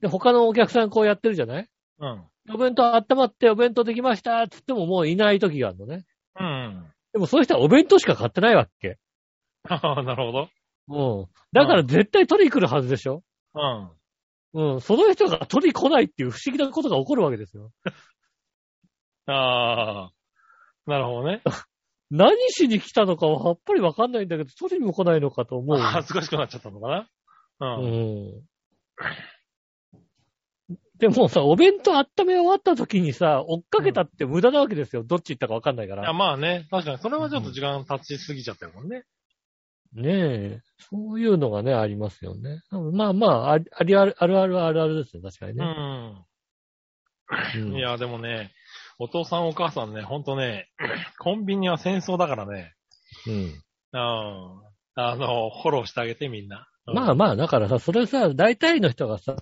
[SPEAKER 2] で、他のお客さんこうやってるじゃない
[SPEAKER 3] うん。
[SPEAKER 2] お弁当温まってお弁当できましたって言ってももういない時があるのね。
[SPEAKER 3] うん。
[SPEAKER 2] でもそういう人はお弁当しか買ってないわけ。
[SPEAKER 3] ああ、なるほど。
[SPEAKER 2] うん。だから絶対取りに来るはずでしょ
[SPEAKER 3] うん。
[SPEAKER 2] うん。その人が取りに来ないっていう不思議なことが起こるわけですよ。
[SPEAKER 3] ああ、なるほどね。
[SPEAKER 2] 何しに来たのかはやっぱりわかんないんだけど、取りにも来ないのかと思う。
[SPEAKER 3] 恥ずかしくなっちゃったのかな。うん。
[SPEAKER 2] うん。でもさ、お弁当温め終わった時にさ、追っかけたって無駄なわけですよ。どっち行ったかわかんないか
[SPEAKER 3] いや、
[SPEAKER 2] ら。
[SPEAKER 3] まあね、確かに、それはちょっと時間経ちすぎちゃってるもんね。
[SPEAKER 2] ねえ。そういうのがね、ありますよね。まあまあ、ありありあるあるあるあるあるですよ。確かに
[SPEAKER 3] う
[SPEAKER 2] ね。
[SPEAKER 3] ん。
[SPEAKER 2] うん
[SPEAKER 3] いや、でもね、お父さんお母さんね、ほんとね、 コンビニは戦争だからね、
[SPEAKER 2] うん
[SPEAKER 3] うん。あの、フォローしてあげてみんな。うん
[SPEAKER 2] まあまあ、だからさ、それさ、大体の人がさ、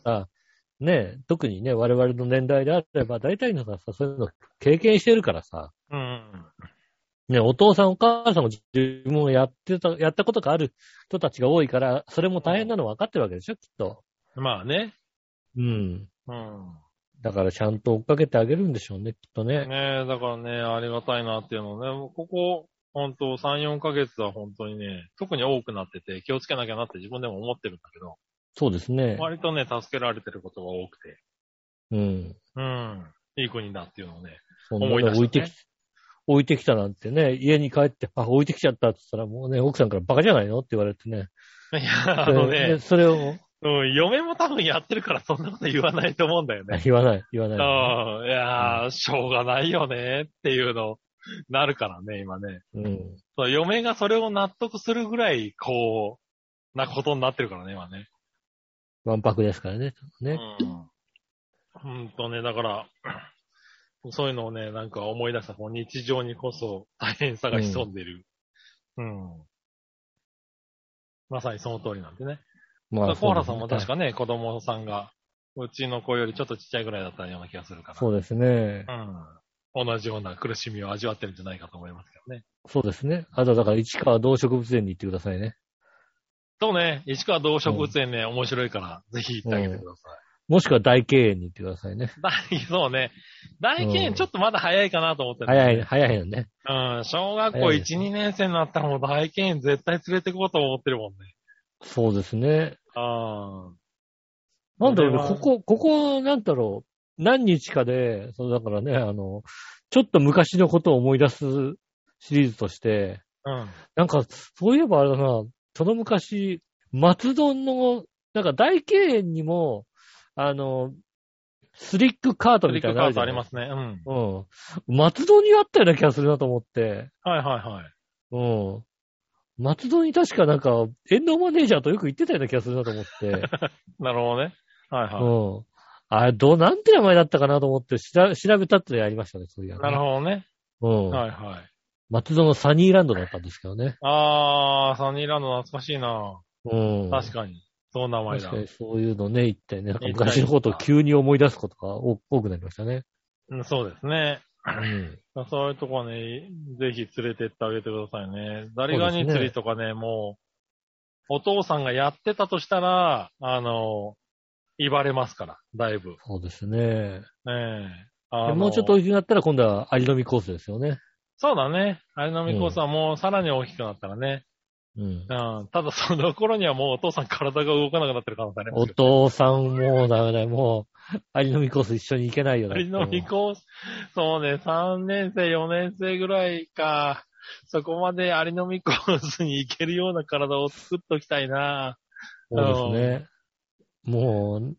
[SPEAKER 2] ねえ、特にね、我々の年代であれば、大体の人がさ、そういうの経験してるからさ、
[SPEAKER 3] うん。
[SPEAKER 2] ね、お父さんお母さんも自分もやってた、やったことがある人たちが多いから、それも大変なの分かってるわけでしょ、きっと。
[SPEAKER 3] まあね。
[SPEAKER 2] うん。
[SPEAKER 3] うん。
[SPEAKER 2] だからちゃんと追っかけてあげるんでしょうね、きっとね。
[SPEAKER 3] ねえ、だからね、ありがたいなっていうのね、もうここ、本当3、4ヶ月は本当にね、特に多くなってて、気をつけなきゃなって自分でも思ってるんだけど、
[SPEAKER 2] そうですね。
[SPEAKER 3] 割とね、助けられてることが多くて、
[SPEAKER 2] うん。
[SPEAKER 3] うん、いい国だっていうのをね、
[SPEAKER 2] そんな
[SPEAKER 3] 思い
[SPEAKER 2] の
[SPEAKER 3] 出したね
[SPEAKER 2] 置いてき、置いてきたなんてね、家に帰って、あ、置いてきちゃったって言ったら、もうね、奥さんからバカじゃないのって言われてね。
[SPEAKER 3] いや、あの
[SPEAKER 2] でで
[SPEAKER 3] ね、
[SPEAKER 2] それを、
[SPEAKER 3] うん、嫁も多分やってるからそんなこと言わないと思うんだよ ね。
[SPEAKER 2] 言わない、言わ
[SPEAKER 3] う
[SPEAKER 2] ない。
[SPEAKER 3] ん、いやー、しょうがないよねっていうの、なるからね、今ね。
[SPEAKER 2] うん。
[SPEAKER 3] そう嫁がそれを納得するぐらい、こう、なことになってるからね、今ね。
[SPEAKER 2] 万博ですからね。ね。
[SPEAKER 3] うん。ほんとね、だから、 そういうのをね、なんか思い出した、こう日常にこそ大変さが潜んでる。うん。まさにその通りなんでね。
[SPEAKER 2] ま
[SPEAKER 3] 小原さんも確
[SPEAKER 2] か
[SPEAKER 3] かね、子供さんが、うちの子よりちょっとちっちゃいぐらいだったような気がするから。
[SPEAKER 2] そうですね。
[SPEAKER 3] うん。同じような苦しみを味わってるんじゃないかと思いますけどね。
[SPEAKER 2] そうですね。あと、だから、市川動植物園に行ってくださいね。
[SPEAKER 3] そうね、市川動植物園ね、面白いから、ぜひ行ってあげてください。
[SPEAKER 2] もしくは大敬園に行ってくださいね。
[SPEAKER 3] 大、 そうね、大
[SPEAKER 2] う
[SPEAKER 3] 研
[SPEAKER 2] ん
[SPEAKER 3] ちょっとまだ早いかなと思ってる
[SPEAKER 2] 早い、早いよね。
[SPEAKER 3] うん、小学校
[SPEAKER 2] 早いで
[SPEAKER 3] 1、
[SPEAKER 2] す
[SPEAKER 3] 2年生になったらもう大研絶対連れてこうと思ってるもんね。
[SPEAKER 2] そうですね。
[SPEAKER 3] あ
[SPEAKER 2] なんだろうね
[SPEAKER 3] これは
[SPEAKER 2] ここ、ここ、なんだろう、何日かで、そうだからね、あの、ちょっと昔のことを思い出すシリーズとして、
[SPEAKER 3] あ。
[SPEAKER 2] なんか、そういえばあれだな、その昔、松戸の、なんか大敬園にも、あの、スリックカート
[SPEAKER 3] トリ
[SPEAKER 2] み
[SPEAKER 3] ッ
[SPEAKER 2] たい
[SPEAKER 3] ク
[SPEAKER 2] なの
[SPEAKER 3] カ
[SPEAKER 2] あ
[SPEAKER 3] ー
[SPEAKER 2] るじ
[SPEAKER 3] ト
[SPEAKER 2] ゃな
[SPEAKER 3] あ
[SPEAKER 2] い
[SPEAKER 3] りますね。うん。
[SPEAKER 2] うん。松戸にあったような気がするなと思って。
[SPEAKER 3] はいはいはい。
[SPEAKER 2] うん。松戸に確かなんか、遠藤マネージャーとよく行ってたような気がするなと思 って。
[SPEAKER 3] なるほどね。はいは
[SPEAKER 2] うん。あれ、どう、なんて名前だったかなと思って、しら調べたってやりましたね、そういや、
[SPEAKER 3] い。なるほどね。
[SPEAKER 2] ほど。うん。
[SPEAKER 3] はいはい。
[SPEAKER 2] 松戸のサニーランドだったんですけどね。
[SPEAKER 3] あー、サニーランド懐かしいな
[SPEAKER 2] うん。
[SPEAKER 3] 確かに。そう名前
[SPEAKER 2] 確
[SPEAKER 3] だ
[SPEAKER 2] か。にそういうのね、言ってね、なんか
[SPEAKER 3] 行ったり
[SPEAKER 2] 昔のことを急に思い出すことが多多くなりましたね。
[SPEAKER 3] うん、そうですね。
[SPEAKER 2] うん。
[SPEAKER 3] そういうとこはね、ぜひ連れてってあげてくださいね。ザリガニ釣りとかね、もう、お父さんがやってたとしたら、あの、言われますから、だいぶ。
[SPEAKER 2] そうですね。
[SPEAKER 3] ええ
[SPEAKER 2] で
[SPEAKER 3] あの
[SPEAKER 2] もうちょっと大きくなったら今度はアリのみコースですよね。
[SPEAKER 3] そうだね。アリナミコースはもうさらに大きくなったらね。
[SPEAKER 2] うん。
[SPEAKER 3] うん。ただその頃にはもうお父さん体が動かなくなってる可能性ありま
[SPEAKER 2] お
[SPEAKER 3] すよ。
[SPEAKER 2] 父さんもうダメだよ、もう、アリのみコース一緒に行けないよ
[SPEAKER 3] ア
[SPEAKER 2] な。
[SPEAKER 3] リナミ
[SPEAKER 2] ース。
[SPEAKER 3] コース、そうね、3年生、4年生ぐらいか。そこまでアリナミコースに行けるような体を作っときたいな。
[SPEAKER 2] そうですね。もう、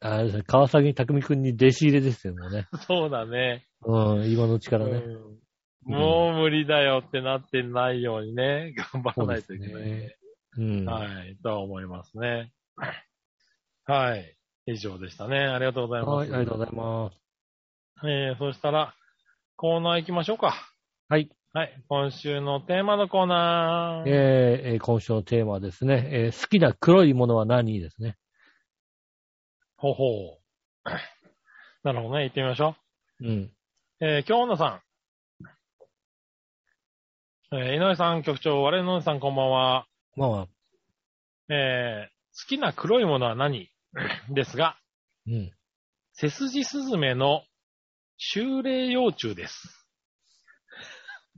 [SPEAKER 2] あれですね、川崎匠くんに弟子入れですよ、も うね。
[SPEAKER 3] そうだね。
[SPEAKER 2] うん、今のうちからね。
[SPEAKER 3] うんもう無理だよってなってないようにね、頑張らないといけない、ね。
[SPEAKER 2] うん。
[SPEAKER 3] はい、とは思いますね。はい。以上でしたね。ありがとうございます。
[SPEAKER 2] はい、ありがとうございます。
[SPEAKER 3] えー、そしたら、コーナー行きましょうか。
[SPEAKER 2] はい。
[SPEAKER 3] はい。今週のテーマのコーナー。
[SPEAKER 2] えーえー今週のテーマはですね、えー好きな黒いものは何ですね。
[SPEAKER 3] ほほう。なるほどね。行ってみましょ
[SPEAKER 2] うん。
[SPEAKER 3] う。えー、今日のさん。えー、井上さん、局長、我々のさん、こんばんは。
[SPEAKER 2] まあまあ、
[SPEAKER 3] えー、好きな黒いものは何ですが、
[SPEAKER 2] うん。
[SPEAKER 3] セスジスズメの修霊幼虫です。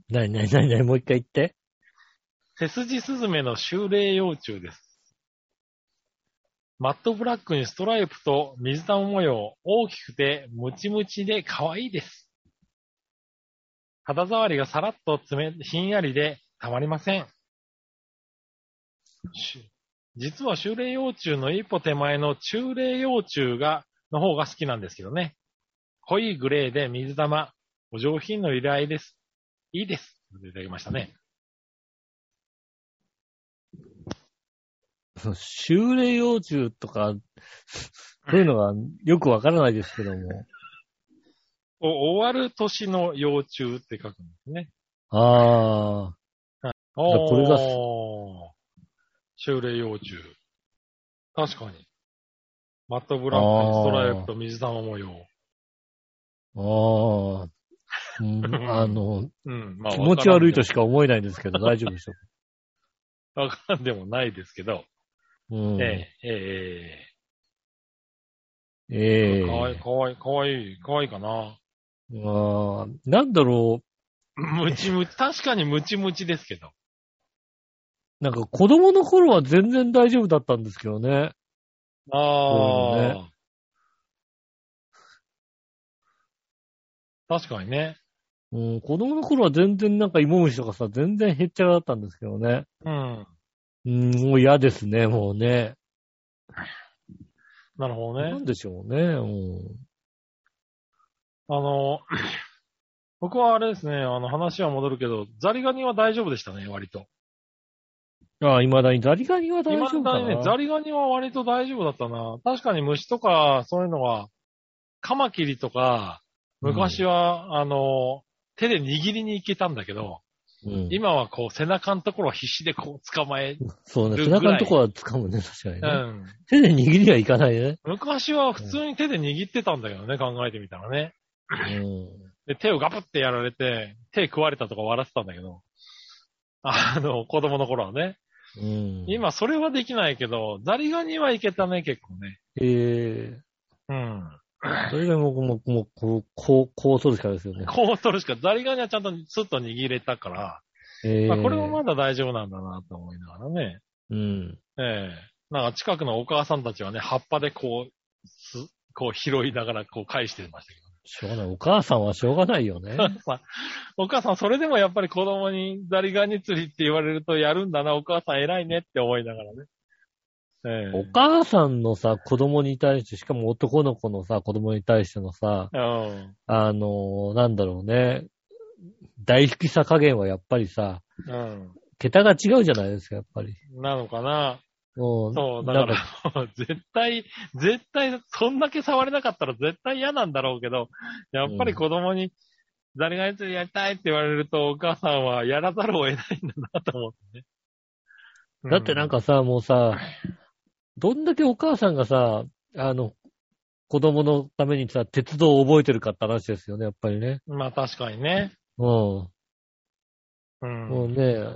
[SPEAKER 2] なになになになにもう一回言って。
[SPEAKER 3] セスジスズメの修霊幼虫です。マットブラックにストライプと水玉模様、大きくてムチムチで可愛いです。肌触りがさらっと冷めひんやりでたまりません。し実は修霊幼虫の一歩手前の中霊幼虫が、の方が好きなんですけどね。濃いグレーで水玉、お上品の依頼です。いいです。いただきましたね。
[SPEAKER 2] その修霊幼虫と か、そういうのがよくわからないですけども。
[SPEAKER 3] お終わる年の幼虫って書くんですね。
[SPEAKER 2] あや
[SPEAKER 3] お
[SPEAKER 2] これが
[SPEAKER 3] 修霊幼虫。確かに。マットブラックにストライプと水玉模様。
[SPEAKER 2] あ、ああ、うん、あの、
[SPEAKER 3] うん、まあ
[SPEAKER 2] 気持ち悪いと
[SPEAKER 3] 年
[SPEAKER 2] しか思えないんですけ ど、大丈夫でしょ
[SPEAKER 3] わからんでもないですけど。
[SPEAKER 2] う。うん。
[SPEAKER 3] ええ、ええ、え
[SPEAKER 2] え
[SPEAKER 3] え。
[SPEAKER 2] え
[SPEAKER 3] かわいい、かわいい、かわいい、かわいいかな。
[SPEAKER 2] ああ、なんだろ
[SPEAKER 3] ムチムチ、確かにムチムチですけど。
[SPEAKER 2] う。なんか子供の頃は全然大丈夫だったんですけどね。
[SPEAKER 3] ああ、
[SPEAKER 2] そうよ
[SPEAKER 3] 確かにね。
[SPEAKER 2] うん、子供の頃は全然なんか芋虫とかさ、全然へっちゃらだったんですけどね。
[SPEAKER 3] うん。
[SPEAKER 2] うん、もう嫌ですね、もうね。
[SPEAKER 3] なるほどね
[SPEAKER 2] な。んでしょうね。うん
[SPEAKER 3] あの、 僕はあれですね、あの話は戻るけど、ザリガニは大丈夫でしたね、割と。
[SPEAKER 2] ああ、未だにザリガニは大丈
[SPEAKER 3] 今
[SPEAKER 2] 夫
[SPEAKER 3] の
[SPEAKER 2] かな。
[SPEAKER 3] ね、ザリガニは割と大丈夫だったな。確かに虫とか、そういうのは、カマキリとか、昔は、あの、手で握りに行けたんだけど、
[SPEAKER 2] うん、
[SPEAKER 3] 今はこう背中のところを必死でこう捕まえ、
[SPEAKER 2] そうね、
[SPEAKER 3] る
[SPEAKER 2] 背
[SPEAKER 3] ぐら
[SPEAKER 2] 中
[SPEAKER 3] い
[SPEAKER 2] のとこは掴むね、確かに
[SPEAKER 3] う
[SPEAKER 2] ね。
[SPEAKER 3] ん。
[SPEAKER 2] 手で握りはいかないね。
[SPEAKER 3] 昔は普通に手で握ってたんだけどね、考えてみたらね。で、手をガブってやられて、手食われたとか笑ってたんだけど、あの、子供の頃はね。
[SPEAKER 2] うん。うん、
[SPEAKER 3] 今、それはできないけど、ザリガニはいけたね、結構ね。
[SPEAKER 2] え
[SPEAKER 3] うん。
[SPEAKER 2] えそれがもう、もう、もう、こう、こう、こう取るしかないですよね。
[SPEAKER 3] こう取るしか、ザリガニはちゃんとスッと握れたから、
[SPEAKER 2] ええ
[SPEAKER 3] まあ、これもまだ大丈夫なんだなと思いながらね。
[SPEAKER 2] うん。
[SPEAKER 3] ええなんか近くのお母さんたちはね、葉っぱでこう、す、こう拾いながらこう返してましたけ
[SPEAKER 2] しょうがない。お母さんはしょうがないよね。
[SPEAKER 3] ど。 まあお母さん、それでもやっぱり子供にザリガニ釣りって言われるとやるんだな、お母さん偉いねって思いながらね。ええ
[SPEAKER 2] お母さんのさ、子供に対して、しかも男の子のさ、子供に対してのさ、
[SPEAKER 3] うん
[SPEAKER 2] あのーなんだろうね、大好きさ加減はやっぱりさ、
[SPEAKER 3] う
[SPEAKER 2] 桁が違うじゃないですか、やっぱり。
[SPEAKER 3] ん。なのかな。
[SPEAKER 2] うん
[SPEAKER 3] そう、 だ
[SPEAKER 2] な
[SPEAKER 3] か、
[SPEAKER 2] んから
[SPEAKER 3] 絶対、絶対、そんだけ触れなかったら絶対嫌なんだろうけど、やっぱり子供に、誰がやつやりたいって言われると、お母さんはやらざるを得ないんだなと思ってね。
[SPEAKER 2] だってなん
[SPEAKER 3] か、
[SPEAKER 2] かさ、もうさ、どんだけお母さんがさ、あの、子供のためにさ、鉄道を覚えてるかって話ですよね、やっぱりね。
[SPEAKER 3] まあ確かにね。
[SPEAKER 2] うん。
[SPEAKER 3] う。
[SPEAKER 2] もうんね、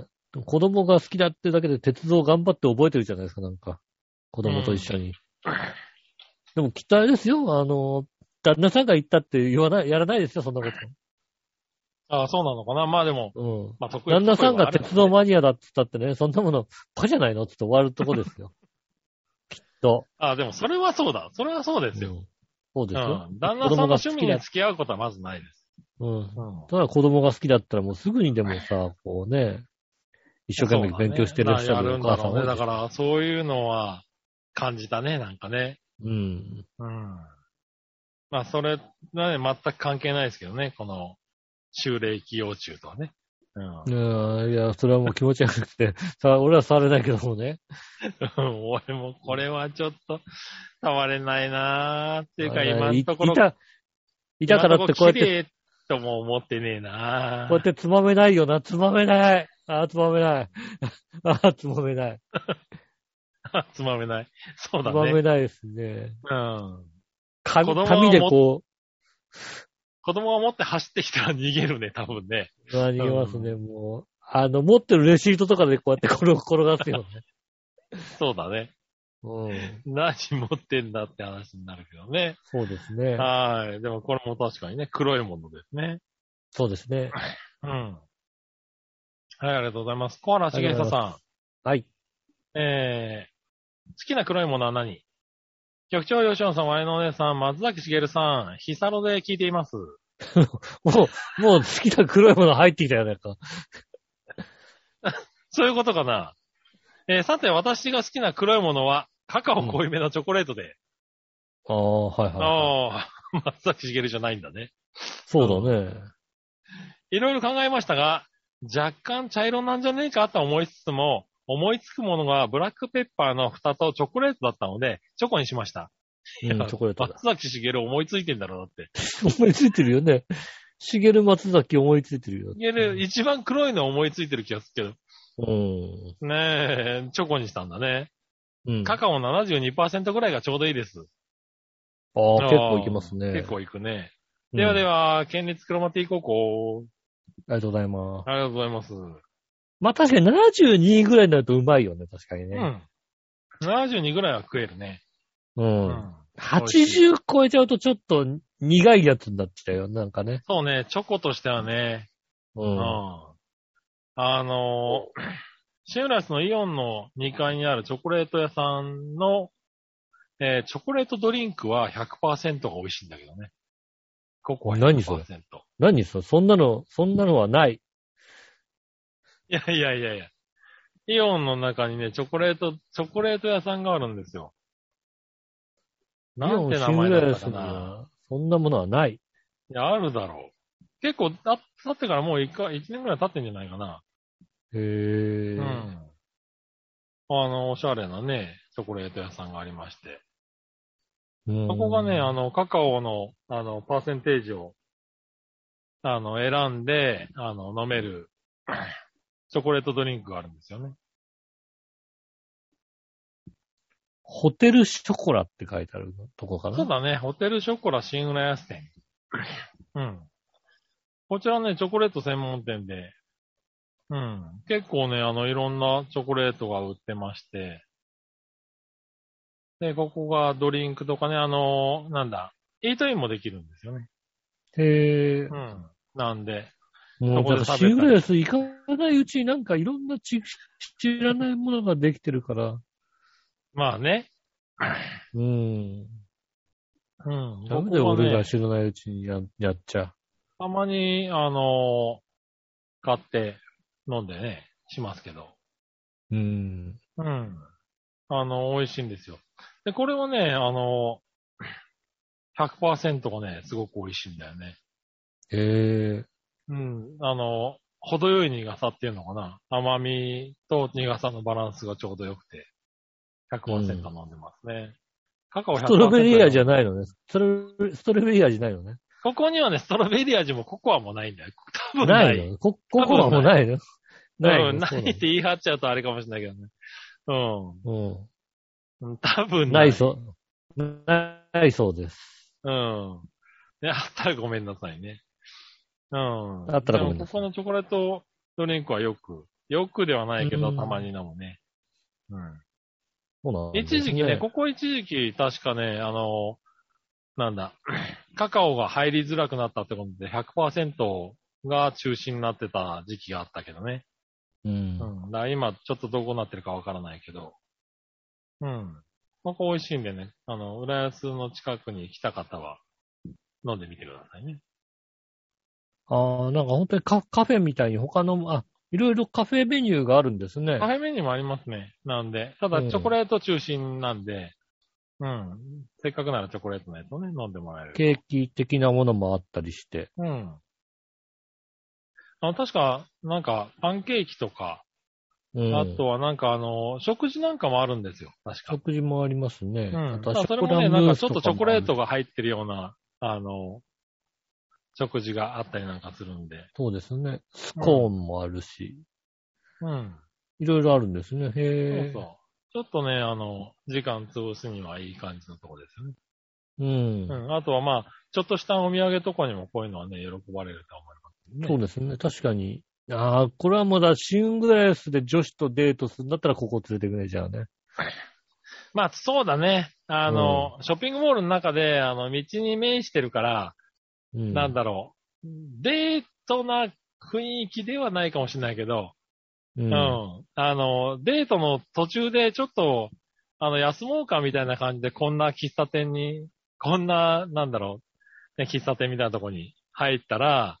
[SPEAKER 2] 子供が好きだってだけで鉄道を頑張って覚えてるじゃないですか、なんか。子供と一緒に。でも期待ですよ、あの、旦那さんが言ったって言わない、やらないですよ、そんなこ
[SPEAKER 3] あそうなのかな。まあでも、
[SPEAKER 2] と。うん。
[SPEAKER 3] まあ得意
[SPEAKER 2] 旦那さんが
[SPEAKER 3] 不得
[SPEAKER 2] 鉄
[SPEAKER 3] 意は
[SPEAKER 2] 道
[SPEAKER 3] ある
[SPEAKER 2] マニアだって言ったってね、そんなもの、パじゃないのって終わるとこです よ。きっと。
[SPEAKER 3] あでもそれはそうだ。それはそうです
[SPEAKER 2] う
[SPEAKER 3] よ。
[SPEAKER 2] んそうですよ。
[SPEAKER 3] うん旦那さんの趣味に付き合うことはまずないです。
[SPEAKER 2] うん。
[SPEAKER 3] うん
[SPEAKER 2] ただ子供が好きだったらもうすぐにでもさ、こうね、一生懸命勉強してらっしゃるお
[SPEAKER 3] そうだね
[SPEAKER 2] 母
[SPEAKER 3] だ
[SPEAKER 2] さ
[SPEAKER 3] か
[SPEAKER 2] ん
[SPEAKER 3] らやるんだろうね。だから、そういうのは感じたね、なんかね。
[SPEAKER 2] うん。
[SPEAKER 3] うん。まあ、それはね、全く関係ないですけどね、この、修霊期用中とはね。うん。
[SPEAKER 2] いやいや、それはもう気持ち悪くて、 さ俺は触れないけどもね。
[SPEAKER 3] 俺もこれはちょっと、触れないなーっていうか、今
[SPEAKER 2] い
[SPEAKER 3] のところ、
[SPEAKER 2] いた、いたからってこうやっ
[SPEAKER 3] 今のところ綺
[SPEAKER 2] て、
[SPEAKER 3] 麗とも思ってねえな
[SPEAKER 2] こうやってつまめないよな、つまめない。ああ、つまめない。 ああ、つまめない。
[SPEAKER 3] ー つまめない。そう
[SPEAKER 2] つ
[SPEAKER 3] だ
[SPEAKER 2] まめ
[SPEAKER 3] ね。
[SPEAKER 2] ないですね。
[SPEAKER 3] うん。
[SPEAKER 2] 紙
[SPEAKER 3] 子供は
[SPEAKER 2] 紙でこ
[SPEAKER 3] 子供が持って走ってきたら逃げるね、多分ね。
[SPEAKER 2] う、うわ逃げますね、もう。あの、持ってるレシートとかでこうやってこれを転がすよね。
[SPEAKER 3] そうだね。
[SPEAKER 2] うん。
[SPEAKER 3] 何持ってんだって話になるけどね。
[SPEAKER 2] そうですね。
[SPEAKER 3] はい。でもこれも確かにね、黒いものですね。
[SPEAKER 2] そうですね。
[SPEAKER 3] うん。はい、ありがとうございます。小原茂久さ
[SPEAKER 2] はい。
[SPEAKER 3] ん。えー、好きな黒いものは何局長吉野さん、我のお姉さん、松崎しげるさん、ヒサロで聞いています。
[SPEAKER 2] もう、もう好きな黒いもの入ってきたよね。なんか
[SPEAKER 3] そういうことかな。えー、さて、私が好きな黒いものは、カカオ濃いめのチョコレートで。
[SPEAKER 2] ああ、はいはいはい。
[SPEAKER 3] ああ、 松崎しげるじゃないんだね。
[SPEAKER 2] そうだね。
[SPEAKER 3] いろいろ考えましたが、若干茶色なんじゃねえかと思いつつも、思いつくものがブラックペッパーの蓋とチョコレートだったので、チョコにしました。
[SPEAKER 2] うん、チョコレートだ。
[SPEAKER 3] 松崎しげる思いついてんだろう、だって。
[SPEAKER 2] 思いついてるよね。しげる松崎思いついてるよ。
[SPEAKER 3] しげる、一番黒いの思いついてる気がする
[SPEAKER 2] うん。
[SPEAKER 3] けど。ねえ、チョコにしたんだね。
[SPEAKER 2] うん。
[SPEAKER 3] カ
[SPEAKER 2] あ
[SPEAKER 3] カオ72%ぐらいがちょうどいいです。
[SPEAKER 2] あ、結構いきますね。
[SPEAKER 3] 結構いくね。
[SPEAKER 2] うん。
[SPEAKER 3] ではで
[SPEAKER 2] あ
[SPEAKER 3] は、県立クロマティ高校、
[SPEAKER 2] りがとうございます。
[SPEAKER 3] ありがとうございます。
[SPEAKER 2] まあ確かに72ぐらいになるとうまいよね、確かに
[SPEAKER 3] う
[SPEAKER 2] ね。
[SPEAKER 3] ん。72ぐらいは食えるね。
[SPEAKER 2] う。
[SPEAKER 3] うんん。
[SPEAKER 2] 80超えちゃうとちょっと苦いやつになっちゃうよ、なんかね。
[SPEAKER 3] そうね、チョコとしてはね、
[SPEAKER 2] うん。
[SPEAKER 3] うんあのー、シムラスのイオンの2階にあるチョコレート屋さんの、えーチョコレートドリンクは100%が美味しいんだけどね。ここは100%。
[SPEAKER 2] 何それ何それそんなの、そんなのはない。
[SPEAKER 3] いやいやいやいや。イオンの中にね、チョコレート、チョコレート屋さんがあるんですよ。なんて名前だっ
[SPEAKER 2] イ
[SPEAKER 3] たか
[SPEAKER 2] オンシングルライスに
[SPEAKER 3] な。
[SPEAKER 2] はそんなものはない。
[SPEAKER 3] いや、あるだろう。結構、あ経ってからもう 1, か1年くらい経ってんじゃないかな。
[SPEAKER 2] へえ。
[SPEAKER 3] うん。あの、おしゃれなね、チョコレート屋さんがありまして。
[SPEAKER 2] うん
[SPEAKER 3] そこがね、あの、カカオの、あの、パーセンテージを、あの、選んで、あの、飲める、チョコレートドリンクがあるんですよね。
[SPEAKER 2] ホテルショコラって書いてあるとこかな。
[SPEAKER 3] そうだね、ホテルショコラ新浦安店。うん。こちらね、チョコレート専門店で、うん。結構ね、あの、いろんなチョコレートが売ってまして、で、ここがドリンクとかね、あの、なんだ、イートインもできるんですよね。
[SPEAKER 2] へえ
[SPEAKER 3] う。ん。なんで、
[SPEAKER 2] もう、だから
[SPEAKER 3] そこで食べた
[SPEAKER 2] シ
[SPEAKER 3] り
[SPEAKER 2] ングルレス行かないうちになんかいろんなち知らないものができてるから。
[SPEAKER 3] まあね、
[SPEAKER 2] うん。
[SPEAKER 3] うん。
[SPEAKER 2] ダメ
[SPEAKER 3] こ
[SPEAKER 2] だよ、
[SPEAKER 3] こがね
[SPEAKER 2] 俺が知らないうちにややっちゃ。
[SPEAKER 3] たまに、あの、買って飲んでね、しますけど。
[SPEAKER 2] うん。
[SPEAKER 3] うん。あの、美味しいんですよ。で、これはね、あの、100%がね、すごく美味しいんだよね。
[SPEAKER 2] へえ。
[SPEAKER 3] うん。あの、程よい苦さっていうのかな。甘みと苦さのバランスがちょうど良くて、100%飲んでますね。カカオ100%。
[SPEAKER 2] ストロベリー味じゃ
[SPEAKER 3] い。
[SPEAKER 2] ないのね。ストロストロベリー味じゃないのね。
[SPEAKER 3] ここにはね、ストロベリー味もココアもないんだよ。多分な。
[SPEAKER 2] ないいのこ、ここはもうないのないの
[SPEAKER 3] うん、な
[SPEAKER 2] そう
[SPEAKER 3] いって言い張っちゃうとあれかもしれないけどね。
[SPEAKER 2] なの
[SPEAKER 3] うん。多
[SPEAKER 2] う
[SPEAKER 3] 分
[SPEAKER 2] ん。ないそう。ないそうです。
[SPEAKER 3] うん。ね、あったらごめんなさいね。うん。
[SPEAKER 2] あったらごめん
[SPEAKER 3] でも
[SPEAKER 2] な
[SPEAKER 3] こ
[SPEAKER 2] さ
[SPEAKER 3] このチョコレートドリンクはよく、よくではないけど、
[SPEAKER 2] うん
[SPEAKER 3] たまに飲むね。うん。
[SPEAKER 2] そうなの、
[SPEAKER 3] 一時期ね、ここ一時期、確かね、あの、なんだ、 カカオが入りづらくなったってことで、100%が中心になってた時期があったけどね。
[SPEAKER 2] うん
[SPEAKER 3] う。ん。だから今、ちょっとどこなってるかわからないけど。うん。ここ美味しいんでね、あの、浦安の近くに来た方は、飲んでみてくださいね。
[SPEAKER 2] ああ、なんか本当にカカフェみたいに他の、あ、いろいろカフェメニューがあるんですね
[SPEAKER 3] カ。フェメニューもありますね。なんで、ただ
[SPEAKER 2] うん
[SPEAKER 3] チョコレート中心なんで、うん。せっかくならチョコレートのやつをね、飲んでもらえる。
[SPEAKER 2] ケーキ的なものもあったりして。
[SPEAKER 3] うん。あの、確か、なんか、パンケーキとか、
[SPEAKER 2] うん、
[SPEAKER 3] あとはなんかあの、食事なんかもあるんですよ。確か。
[SPEAKER 2] 食事もありますね。
[SPEAKER 3] うん。
[SPEAKER 2] あ
[SPEAKER 3] た
[SPEAKER 2] と
[SPEAKER 3] だ
[SPEAKER 2] は
[SPEAKER 3] それ
[SPEAKER 2] ショコ
[SPEAKER 3] も
[SPEAKER 2] ラ
[SPEAKER 3] ね、なん
[SPEAKER 2] ムー
[SPEAKER 3] か
[SPEAKER 2] ス
[SPEAKER 3] ちょっとチ
[SPEAKER 2] かも
[SPEAKER 3] ョコレートが入ってるような、あの、食事があったりなんかするんで。
[SPEAKER 2] そうですね。スコーンもあるし。
[SPEAKER 3] うん。
[SPEAKER 2] いろいろあるんですね。
[SPEAKER 3] そう
[SPEAKER 2] へえ。
[SPEAKER 3] そう。ちょっとね、あの、時間潰すにはいい感じのとこですよね。
[SPEAKER 2] うん、
[SPEAKER 3] うん。あとはまあ、ちょっとしたお土産とかにもこういうのはね、喜ばれると思います、ね。
[SPEAKER 2] そうですね。確かに。ああ、これはまだシングレスで女子とデートするんだったらここ連れてくね、じゃあね。
[SPEAKER 3] まあ、そうだね。あの、ショッピングモールの中で、あの、道に面してるから、
[SPEAKER 2] うん。
[SPEAKER 3] なんだろう。デートな雰囲気ではないかもしれないけど、
[SPEAKER 2] う。
[SPEAKER 3] うんん。あの、デートの途中でちょっと、あの、休もうかみたいな感じで、こんな喫茶店に、こんな、なんだろう、ね、喫茶店みたいなとこに入ったら、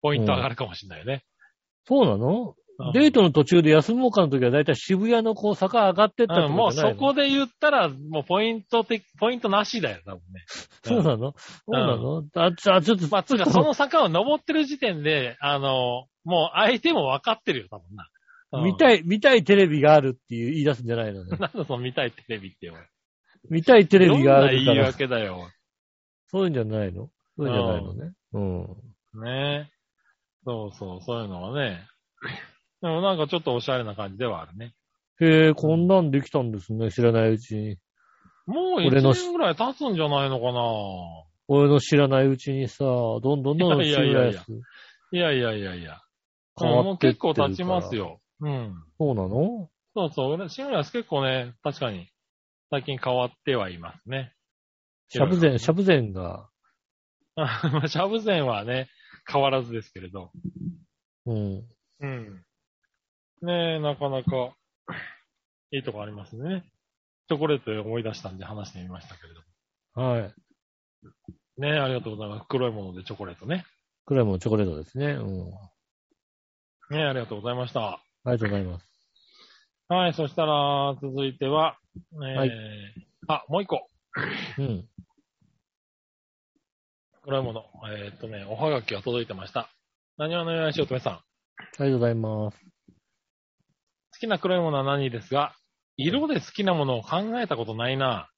[SPEAKER 3] ポイント上がるかもしれないよね。
[SPEAKER 2] そうなの
[SPEAKER 3] うん
[SPEAKER 2] デートの途中で休もうかの時はだいたい渋谷のこう坂上がってったって
[SPEAKER 3] うん、
[SPEAKER 2] こ
[SPEAKER 3] もう
[SPEAKER 2] とじゃな
[SPEAKER 3] そ
[SPEAKER 2] いの
[SPEAKER 3] こで言ったら、もうポイント的、ポイントなしだよ、多分ね。
[SPEAKER 2] そうなのそうなの、あ、ちょあちょっと、
[SPEAKER 3] まあ、つうか、その坂を登ってる時点で、あの、もう相手も分かってるよ、多分な。うん
[SPEAKER 2] 見たい、見たいテレビがあるっていう言い出すんじゃないのね。
[SPEAKER 3] なんだその見たいテレビってよ。
[SPEAKER 2] 見たいテ
[SPEAKER 3] テ
[SPEAKER 2] レビがあるか
[SPEAKER 3] どんな言い
[SPEAKER 2] ら、
[SPEAKER 3] 訳だよ。
[SPEAKER 2] そういうんじゃないのそういうんじゃないのね。うん。
[SPEAKER 3] ねえ。そうそう、そういうのはね。でもなんかちょっとおしゃれな感じではあるね。
[SPEAKER 2] へえ、こんなんできたんですね、知らないうちに。
[SPEAKER 3] もう
[SPEAKER 2] 俺の
[SPEAKER 3] 1年ぐらい経つんじゃないのかな
[SPEAKER 2] 俺の知らないうちにさ、どんどんどんどん
[SPEAKER 3] い
[SPEAKER 2] シ
[SPEAKER 3] やい
[SPEAKER 2] ン
[SPEAKER 3] や
[SPEAKER 2] グレ
[SPEAKER 3] いやい
[SPEAKER 2] ス
[SPEAKER 3] やいやいやいやいや。
[SPEAKER 2] 変わ
[SPEAKER 3] もう
[SPEAKER 2] ってってる
[SPEAKER 3] 結構経ちますよ。うん。
[SPEAKER 2] そうなの
[SPEAKER 3] そうそう、俺、シングラス結構ね、確かに、最近変わってはいますね。
[SPEAKER 2] シャブゼン、シャブゼンが、
[SPEAKER 3] あシャブゼンはね、変わらずですけれど。
[SPEAKER 2] うん。
[SPEAKER 3] うん。ねえ、なかなか、いいとこありますね。チョコレートを思い出したんで話してみましたけれど。
[SPEAKER 2] はい。
[SPEAKER 3] ねえ、ありがとうございます。黒いものでチョコレートね。
[SPEAKER 2] くらいもチョコレートですね。うん。
[SPEAKER 3] ねえ、ありがとうございました。
[SPEAKER 2] ありがとうございます。
[SPEAKER 3] はい、そしたら、続いては、えー
[SPEAKER 2] はい
[SPEAKER 3] あ、もう一個。
[SPEAKER 2] うん。
[SPEAKER 3] 黒いもの。えーっとね、おはがきが届いてました。何話のよやしおとめさん。
[SPEAKER 2] ありがとうございます。
[SPEAKER 3] 好きな黒いものは何ですが、色で好きなものを考えたことないな。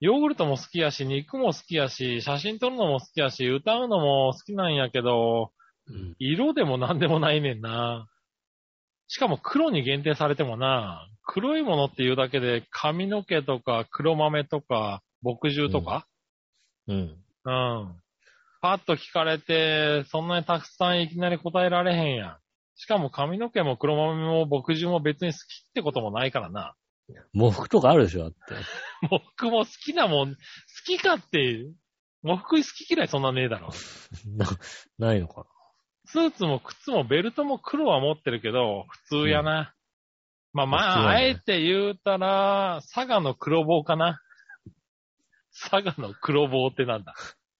[SPEAKER 3] ヨーグルトも好きやし、肉も好きやし、写真撮るのも好きやし、歌うのも好きなんやけど、
[SPEAKER 2] うん。
[SPEAKER 3] 色でも何でもないねんな。しかも黒に限定されてもな、黒いものっていうだけで髪の毛とか黒豆とか墨汁とか、
[SPEAKER 2] うん。
[SPEAKER 3] うん。パッと聞かれて、そんなにたくさんいきなり答えられへんやん。しかも髪の毛も黒豆も墨汁も別に好きってこともないからな。
[SPEAKER 2] 喪服とかあるでしょだって。
[SPEAKER 3] 喪服も好きなもん、好きかって、喪服好き嫌いそんなねえだろ。
[SPEAKER 2] な、ないのか
[SPEAKER 3] スーツも靴もベルトも黒は持ってるけど、普通やな。まあまあ、
[SPEAKER 2] 普通
[SPEAKER 3] あ
[SPEAKER 2] やね
[SPEAKER 3] えて言うたら、佐賀の黒棒かな。佐賀の黒棒ってなんだ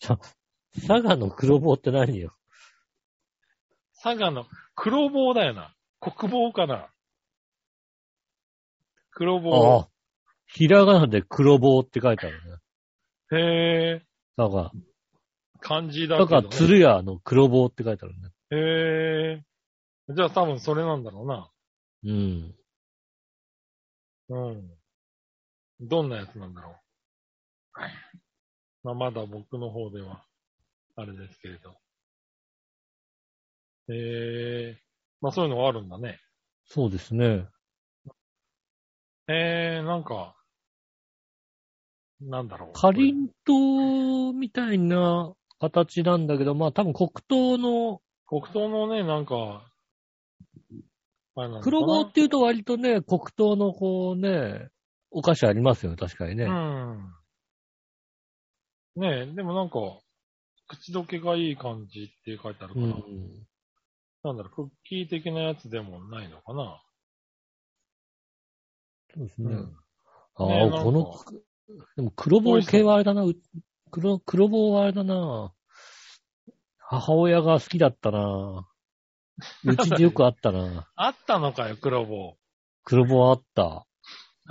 [SPEAKER 2] な。佐賀の黒棒って何よ
[SPEAKER 3] 佐賀の黒棒だよな。国棒かな。黒棒。
[SPEAKER 2] ああ、ひらがなで黒棒って書いてあるね。
[SPEAKER 3] へえ、
[SPEAKER 2] だから、
[SPEAKER 3] 漢字だ
[SPEAKER 2] だ
[SPEAKER 3] け
[SPEAKER 2] か
[SPEAKER 3] ど、
[SPEAKER 2] ら、。
[SPEAKER 3] ね
[SPEAKER 2] 鶴屋の黒棒って書いてあるね。
[SPEAKER 3] へえ。じゃあ多分それなんだろう
[SPEAKER 2] うん。
[SPEAKER 3] な。うん。どんなやつなんだろう。まあ、まだ僕の方では、あれですけれど。ええまあそういうのがあるんだね。
[SPEAKER 2] そうですね。
[SPEAKER 3] ええなんか、なんだろう。
[SPEAKER 2] かりんとうみたいな形なんだけど、まあ多分黒糖の、
[SPEAKER 3] 黒糖のね、なんか、あれなのかな
[SPEAKER 2] 黒棒っていうと割とね、黒糖のこうね、お菓子ありますよね、確かにね。
[SPEAKER 3] うん。ねえ、でもなんか、口どけがいい感じって書いてあるか
[SPEAKER 2] う
[SPEAKER 3] ら、
[SPEAKER 2] ん。
[SPEAKER 3] なんだろう、クッキー的なやつでもないのかな。
[SPEAKER 2] そうですね。
[SPEAKER 3] うん
[SPEAKER 2] ああ、
[SPEAKER 3] ねなんか
[SPEAKER 2] この、でも黒棒系はあれだな、う黒、黒棒はあれだな。母親が好きだったな。うちでよくあった な。
[SPEAKER 3] あったのかよ、黒棒。
[SPEAKER 2] 黒棒あった。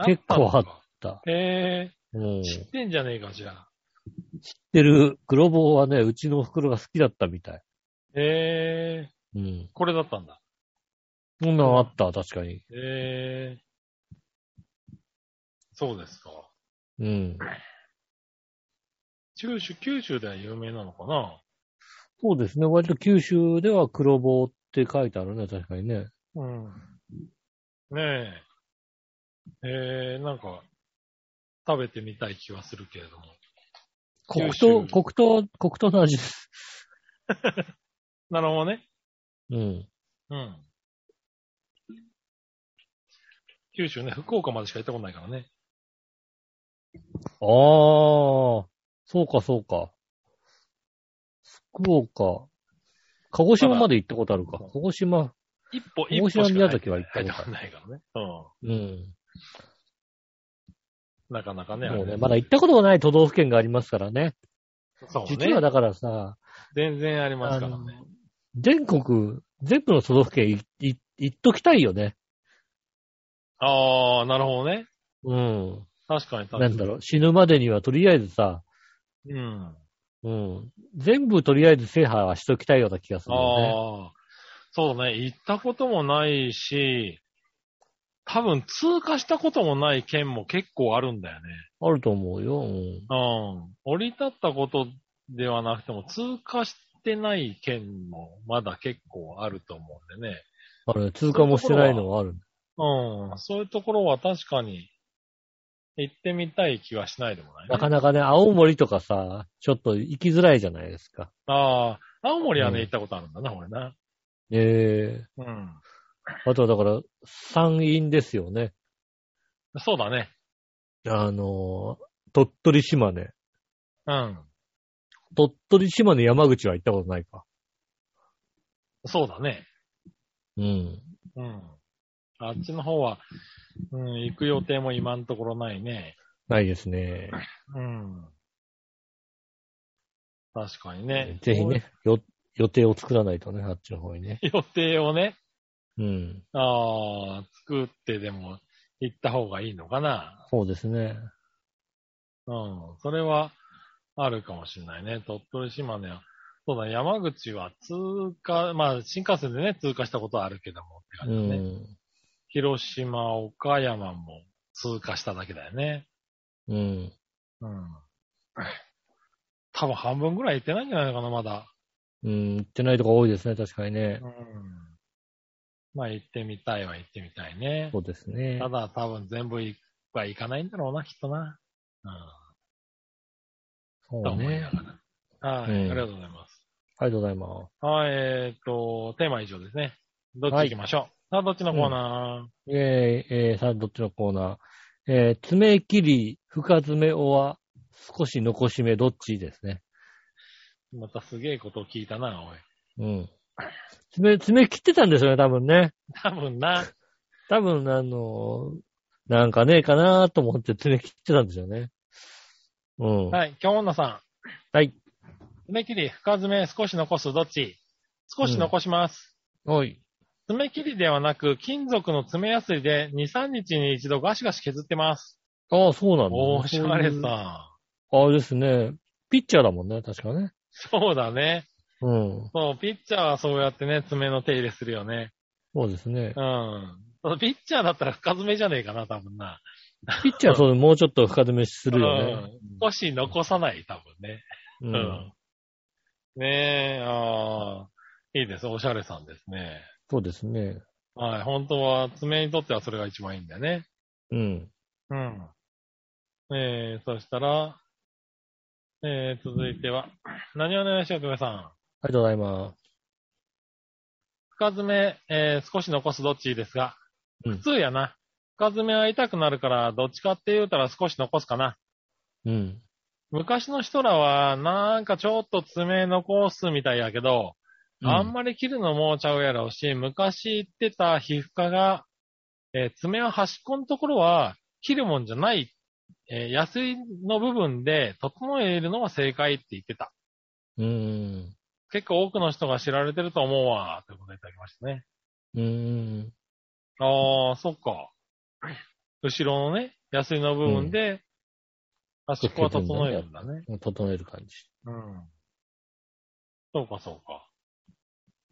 [SPEAKER 2] 結構あ
[SPEAKER 3] あ
[SPEAKER 2] っ
[SPEAKER 3] ったのか。
[SPEAKER 2] た。
[SPEAKER 3] へ
[SPEAKER 2] うん。
[SPEAKER 3] え、
[SPEAKER 2] 知
[SPEAKER 3] 知
[SPEAKER 2] っ
[SPEAKER 3] ってんじゃねえかしら。
[SPEAKER 2] てる黒棒はね、うちのお袋が好きだったみたい。
[SPEAKER 3] へえ、
[SPEAKER 2] うん。
[SPEAKER 3] これだったんだ。
[SPEAKER 2] そんなのあった、確かに。
[SPEAKER 3] へえ、そうですか。
[SPEAKER 2] うん。
[SPEAKER 3] 九州、九州では有名なのかな
[SPEAKER 2] そうですね。割と九州では黒棒って書いてあるね、確かにね。
[SPEAKER 3] うん。ねえ。えー、なんか、食べてみたい気はするけれども。
[SPEAKER 2] 黒
[SPEAKER 3] 九州
[SPEAKER 2] 糖、黒糖、黒糖の味です。
[SPEAKER 3] なるほどね。
[SPEAKER 2] うん。
[SPEAKER 3] うん。九州ね、福岡までしか行ったことないからね。
[SPEAKER 2] ああ、そうか、そうか。福岡。鹿児島まで行ったことあるか。鹿児島。
[SPEAKER 3] 一歩、
[SPEAKER 2] 鹿
[SPEAKER 3] 一
[SPEAKER 2] 児
[SPEAKER 3] 歩しか
[SPEAKER 2] 島、
[SPEAKER 3] 入
[SPEAKER 2] 宮
[SPEAKER 3] っ
[SPEAKER 2] 崎は行った
[SPEAKER 3] 入っ
[SPEAKER 2] こ
[SPEAKER 3] た
[SPEAKER 2] とある。
[SPEAKER 3] こ とないからね。
[SPEAKER 2] う
[SPEAKER 3] う
[SPEAKER 2] ん。
[SPEAKER 3] ん。なかなかね、
[SPEAKER 2] もう
[SPEAKER 3] あ
[SPEAKER 2] ね、
[SPEAKER 3] れ
[SPEAKER 2] まだ行ったことがない都道府県がありますからね。
[SPEAKER 3] そう
[SPEAKER 2] 実は
[SPEAKER 3] ね。
[SPEAKER 2] だからさ、
[SPEAKER 3] 全然ありますから
[SPEAKER 2] あの
[SPEAKER 3] ね。
[SPEAKER 2] 全国、全部の都道府県いい行っときたいよね。
[SPEAKER 3] ああー、なるほどね。
[SPEAKER 2] うん。
[SPEAKER 3] 確かに確か
[SPEAKER 2] な
[SPEAKER 3] に。
[SPEAKER 2] んだろう、死ぬまでにはとりあえずさ、
[SPEAKER 3] うん。
[SPEAKER 2] うん。全部とりあえず制覇はしときたいような気がするよね。
[SPEAKER 3] ああ、そうね。行ったこともないし、多分通過したこともない県も結構あるんだよね。
[SPEAKER 2] あると思うよ。うん。
[SPEAKER 3] うん。降り立ったことではなくても、通過してない県もまだ結構あると思うんでね。
[SPEAKER 2] あれ、通過もしてないのはある。
[SPEAKER 3] うん。そういうところは確かに行ってみたい気はしないでもない、ね。
[SPEAKER 2] なかなかね、青森とかさ、ちょっと行きづらいじゃないですか。
[SPEAKER 3] ああ、青森はね、
[SPEAKER 2] うん
[SPEAKER 3] 行ったことあるんだな、俺な。
[SPEAKER 2] ええ
[SPEAKER 3] うん。
[SPEAKER 2] あとはだから、山陰ですよね。
[SPEAKER 3] そうだね。
[SPEAKER 2] あのー、鳥取島根。
[SPEAKER 3] うん。
[SPEAKER 2] 鳥取島根山口は行ったことないか。
[SPEAKER 3] そうだね。
[SPEAKER 2] うん。
[SPEAKER 3] うん。あっちの方は、うん、行く予定も今のところないね。
[SPEAKER 2] ないですね。
[SPEAKER 3] うん。確かにね。
[SPEAKER 2] ぜひね、よ予定を作らないとね、あっちの方にね。
[SPEAKER 3] こう。予定をね、
[SPEAKER 2] うん。
[SPEAKER 3] ああ、作ってでも行った方がいいのかな。
[SPEAKER 2] そうですね。
[SPEAKER 3] うん。それは、あるかもしれないね。鳥取島根は。そうだ、山口は通過、まあ、新幹線でね、通過したことはあるけどもって
[SPEAKER 2] う
[SPEAKER 3] 感じだね。
[SPEAKER 2] ん。
[SPEAKER 3] 広島、岡山も通過しただけだよね。
[SPEAKER 2] うん。
[SPEAKER 3] うん。多分半分ぐらい行ってないんじゃないのかな、まだ。
[SPEAKER 2] うん。行ってないとこ多いですね、確かにね
[SPEAKER 3] う。ん。まあ行ってみたいは行ってみたいね
[SPEAKER 2] そ。うですね
[SPEAKER 3] た。だ多分全部行は行かないんだろうな、きっとな。うん。
[SPEAKER 2] そ
[SPEAKER 3] と
[SPEAKER 2] う
[SPEAKER 3] 思い
[SPEAKER 2] ね
[SPEAKER 3] な。がら。はい、
[SPEAKER 2] うん
[SPEAKER 3] ありがとうございます。
[SPEAKER 2] ありがとうございます。
[SPEAKER 3] はい、えー、と、テーマは以上ですね。どっち行きましょう。さあ、どっちのコーナ
[SPEAKER 2] えー、えー、さあ、どっちのコーナーえー、爪切り、深爪おわ、少し残し目、どっちですね。
[SPEAKER 3] ー、またすげえことを聞いたな、おい。
[SPEAKER 2] うん。爪、爪切ってたんですよね、多分ね。
[SPEAKER 3] 多分な。
[SPEAKER 2] 多分、あのーなんかねえかなと思って爪切ってたんですよね。うん。
[SPEAKER 3] はい、今日女さん。
[SPEAKER 2] はい。
[SPEAKER 3] 爪切り、深爪、少し残す、どっち少し残します。
[SPEAKER 2] おい。
[SPEAKER 3] 爪切りではなく、金属の爪やすりで2、3日に一度ガシガシ削ってます。
[SPEAKER 2] ああ、そうなんだ、ね。
[SPEAKER 3] おしゃ
[SPEAKER 2] そ
[SPEAKER 3] れ
[SPEAKER 2] ういう
[SPEAKER 3] さ。
[SPEAKER 2] あれですね。ピッチャーだもんね、確かね。
[SPEAKER 3] そうだね。
[SPEAKER 2] うん。
[SPEAKER 3] そう、ピッチャーはそうやってね、爪の手入れするよね。
[SPEAKER 2] そうです ね。
[SPEAKER 3] うん。そうピッチャーだったら深爪じゃねえかな、多分な。
[SPEAKER 2] ピッチャーはそう、もうちょっと深爪するよね。
[SPEAKER 3] うん。少し残さない、多分ね。
[SPEAKER 2] う。
[SPEAKER 3] うんん。ねえ、ああ、いいです。おしゃれさんですね。
[SPEAKER 2] そうですね。
[SPEAKER 3] はい、本当は爪にとってはそれが一番いいんだよね。
[SPEAKER 2] うん。
[SPEAKER 3] うん。えー、そしたら、えー、続いては、何をお願いしよう、とめさん。
[SPEAKER 2] ありがとうございます。
[SPEAKER 3] 深爪、えー、少し残すどっちですが、
[SPEAKER 2] うん
[SPEAKER 3] 普通やな。深爪は痛くなるから、どっちかって言うたら少し残すかな。
[SPEAKER 2] うん。
[SPEAKER 3] 昔の人らは、なんかちょっと爪残すみたいやけど、あんまり切るのもちゃうやろうし、昔言ってた皮膚科が、えー爪は端っこのところは切るもんじゃない、えーヤスリの部分で整えるのが正解って言ってた。
[SPEAKER 2] うん。
[SPEAKER 3] 結構多くの人が知られてると思うわ、ということでいただきましたね。
[SPEAKER 2] うん。
[SPEAKER 3] ああ、そっか。後ろのね、ヤスリの部分で、端っこは整えるんだね。
[SPEAKER 2] うん。整える感じ。
[SPEAKER 3] うん。そうか、そうか。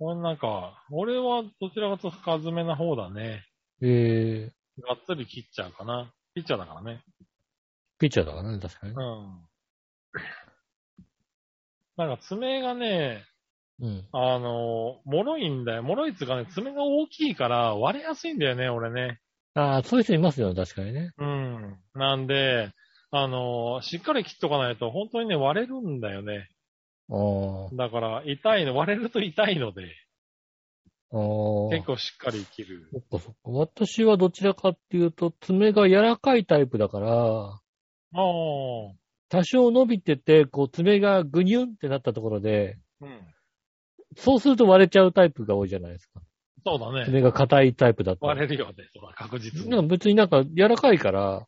[SPEAKER 3] 俺なんか、俺はどちらかというと深爪な方だね。
[SPEAKER 2] えー、
[SPEAKER 3] がっつり切っちゃうかな。ピッチャーだからね。
[SPEAKER 2] ピッチャーだからね、確かに
[SPEAKER 3] う。ん。なんか爪がね、
[SPEAKER 2] うん。
[SPEAKER 3] あの、脆いんだよ。脆いっつうかね、爪が大きいから割れやすいんだよね、俺ね。
[SPEAKER 2] ああ、そういう人いますよね、確かにね。
[SPEAKER 3] うん。なんで、あの、しっかり切っとかないと本当にね、割れるんだよね。
[SPEAKER 2] ああ、
[SPEAKER 3] だから、痛いの、割れると痛いので、
[SPEAKER 2] ああ。
[SPEAKER 3] 結構しっかり切る。
[SPEAKER 2] そっかそっか。私はどちらかっていうと、爪が柔らかいタイプだから、
[SPEAKER 3] ああ。
[SPEAKER 2] 多少伸びてて、こう爪がぐにゅんってなったところで、
[SPEAKER 3] うん。
[SPEAKER 2] そうすると割れちゃうタイプが多いじゃないですか。
[SPEAKER 3] そうだね。
[SPEAKER 2] 爪が硬いタイプだと。
[SPEAKER 3] 割れるよね、そら確実に。
[SPEAKER 2] なんか別になんか柔らかいから、
[SPEAKER 3] ああ。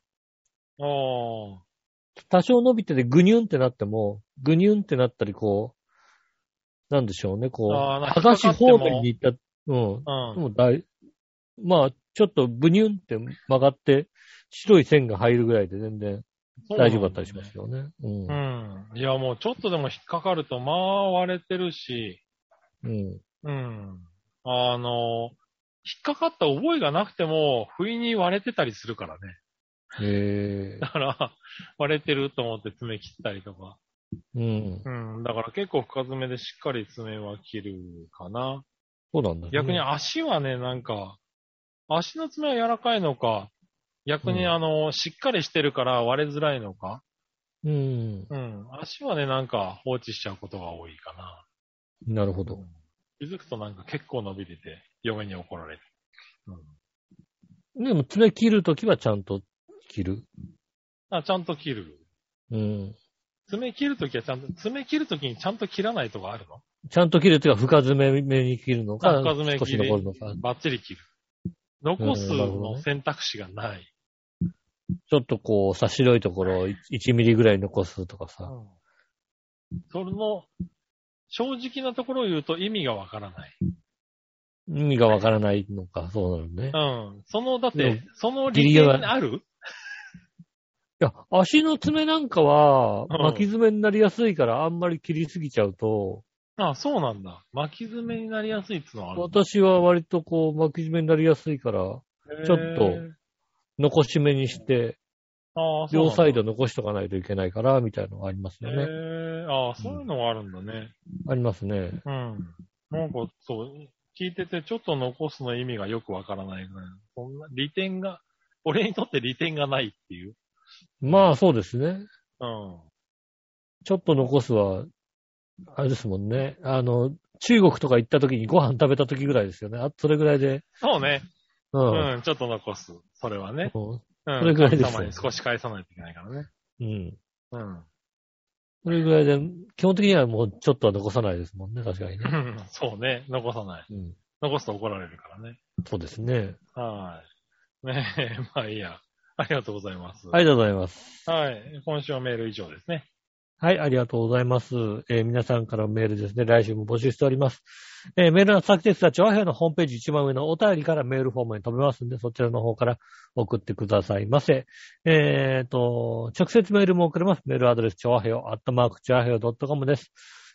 [SPEAKER 2] 多少伸びててぐにゅんってなっても、ぐにゅんってなったり、こう、なんでしょうね、こう、
[SPEAKER 3] あーなんか
[SPEAKER 2] 剥がし方面に行った、うん。
[SPEAKER 3] う
[SPEAKER 2] で。も
[SPEAKER 3] ん
[SPEAKER 2] 大、まあ、ちょっとブニュンって曲がって、白い線が入るぐらいで全然大丈夫だったりしますよね。うん
[SPEAKER 3] う。ん。いや、もうちょっとでも引っかかると、まあ割れてるし、
[SPEAKER 2] うん。
[SPEAKER 3] うん。あの、引っかかった覚えがなくても、不意に割れてたりするからね。
[SPEAKER 2] へえ
[SPEAKER 3] だ。から、割れてると思って爪切ったりとか。
[SPEAKER 2] うん。
[SPEAKER 3] うん。だから結構深爪でしっかり爪は切るかな。
[SPEAKER 2] そうなんだ、ね。
[SPEAKER 3] 逆に足はね、なんか、足の爪は柔らかいのか、逆に
[SPEAKER 2] うん
[SPEAKER 3] あの、しっかりしてるから割れづらいのか。
[SPEAKER 2] うん。
[SPEAKER 3] うん。足はね、なんか放置しちゃうことが多いかな。
[SPEAKER 2] なるほど。
[SPEAKER 3] 気づくとなんか結構伸びてて、嫁に怒られる。
[SPEAKER 2] でも爪切るときはちゃんと切る。
[SPEAKER 3] あ、ちゃんと切る。
[SPEAKER 2] うん。
[SPEAKER 3] 爪切るときはちゃんと、爪切るときにちゃんと切らないとかあるの
[SPEAKER 2] ちゃんと切るっていうか、深爪目に切るのか、
[SPEAKER 3] あ深爪
[SPEAKER 2] 少
[SPEAKER 3] 切
[SPEAKER 2] し
[SPEAKER 3] り
[SPEAKER 2] 残るのか、
[SPEAKER 3] バッチリ切る。残す
[SPEAKER 2] うんなるほど
[SPEAKER 3] の
[SPEAKER 2] ね
[SPEAKER 3] 選択肢がない。
[SPEAKER 2] ちょっとこう、さ、白いところを1 1ミリぐらい残すとかさ。
[SPEAKER 3] それの、正直なところを言うと意味がわからない。
[SPEAKER 2] 意味がわからないのか、そうなのね。
[SPEAKER 3] うん。その、だっ
[SPEAKER 2] で
[SPEAKER 3] て、その
[SPEAKER 2] ギリ
[SPEAKER 3] 理
[SPEAKER 2] ギリ
[SPEAKER 3] 由
[SPEAKER 2] は
[SPEAKER 3] ある
[SPEAKER 2] いや、足の爪なんかは、
[SPEAKER 3] うん
[SPEAKER 2] 巻き爪になりやすいから、あんまり切りすぎちゃうと、
[SPEAKER 3] あそうなんだ。巻き爪になりやすいってのはある。
[SPEAKER 2] 私は割とこう、巻き爪になりやすいから、ちょっと
[SPEAKER 3] へー
[SPEAKER 2] 残し目にして、
[SPEAKER 3] あーそうなん
[SPEAKER 2] 両
[SPEAKER 3] だ
[SPEAKER 2] サイド残しとかないといけないから、みたいなのがあります
[SPEAKER 3] へ
[SPEAKER 2] よね。
[SPEAKER 3] ーあーそういうのがあるんだね。
[SPEAKER 2] ありますね。
[SPEAKER 3] うん。なんか、そう、聞いてて、ちょっと残すの意味がよくわからないぐらい。そんな、利点が、俺にとって利点がないっていう。
[SPEAKER 2] まあそうですね。
[SPEAKER 3] うん。
[SPEAKER 2] ちょっと残すは、あれですもんね。あの、中国とか行った時にご飯食べた時ぐらいですよね。あ、それぐらいで。
[SPEAKER 3] そうね。
[SPEAKER 2] うん。うん
[SPEAKER 3] うん、ちょっと残す。それはね。うん。
[SPEAKER 2] それぐらいですよ
[SPEAKER 3] たまに少し返さないといけないからね。
[SPEAKER 2] うん。
[SPEAKER 3] うん。
[SPEAKER 2] それぐらいで、基本的にはもうちょっとは残さないですもんね、確かにね。
[SPEAKER 3] そうね。残さない。
[SPEAKER 2] うん。
[SPEAKER 3] 残すと怒られるからね。
[SPEAKER 2] そうですね。
[SPEAKER 3] はい。ねえ、 まあいいや。ありがとうございます。
[SPEAKER 2] あ
[SPEAKER 3] い。
[SPEAKER 2] りがとうございます。
[SPEAKER 3] はい。今週はメール以上ですね。
[SPEAKER 2] はい、ありがとうございます。えー皆さんからのメールですね、来週も募集しております。えーメールの先ですが、調和表のホームページ一番上のお便りからメールフォームに飛べますんで、そちらの方から送ってくださいませ。えっ、と、直接メールも送れます。メールアドレス、調和表、アットマーク、調和表 .com です。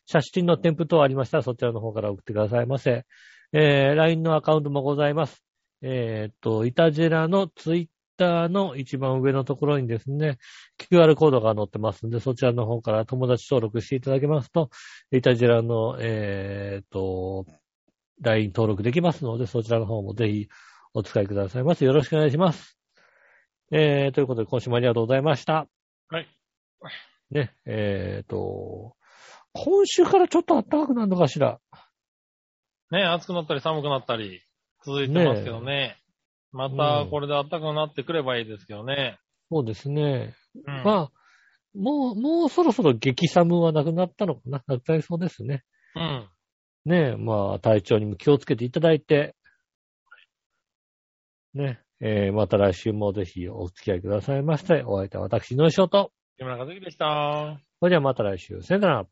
[SPEAKER 2] 写真の添付等ありましたら、そちらの方から送ってくださいませ。えー LINE のアカウントもございます。えっ、と、イタジェラのツイッターの一番上のところにですね、QR コードが載ってますんで、そちらの方から友達登録していただけますと、イタジェラの、えっ、と、LINE 登録できますので、そちらの方もぜひお使いくださいませ。よろしくお願いします。えー、ということで、今週もありがとうございました。
[SPEAKER 3] はい。
[SPEAKER 2] ね、えっ、と、今週からちょっと暖かくなるのかしら。
[SPEAKER 3] ね、暑くなったり寒くなったり、続いてますけどね。またこれで暖かくなってくればいいですけどね。
[SPEAKER 2] そうですね。
[SPEAKER 3] うん。
[SPEAKER 2] まあ、もう、もうそろそろ激寒はなくなったのかな。なくなりそうですね。
[SPEAKER 3] うん。
[SPEAKER 2] ねえ、まあ、体調にも気をつけていただいて、ね、えーまた来週もぜひお付き合いくださいまして、お相手は私、井上翔と。
[SPEAKER 3] 木村和樹でした。
[SPEAKER 2] それではまた来週。さよなら。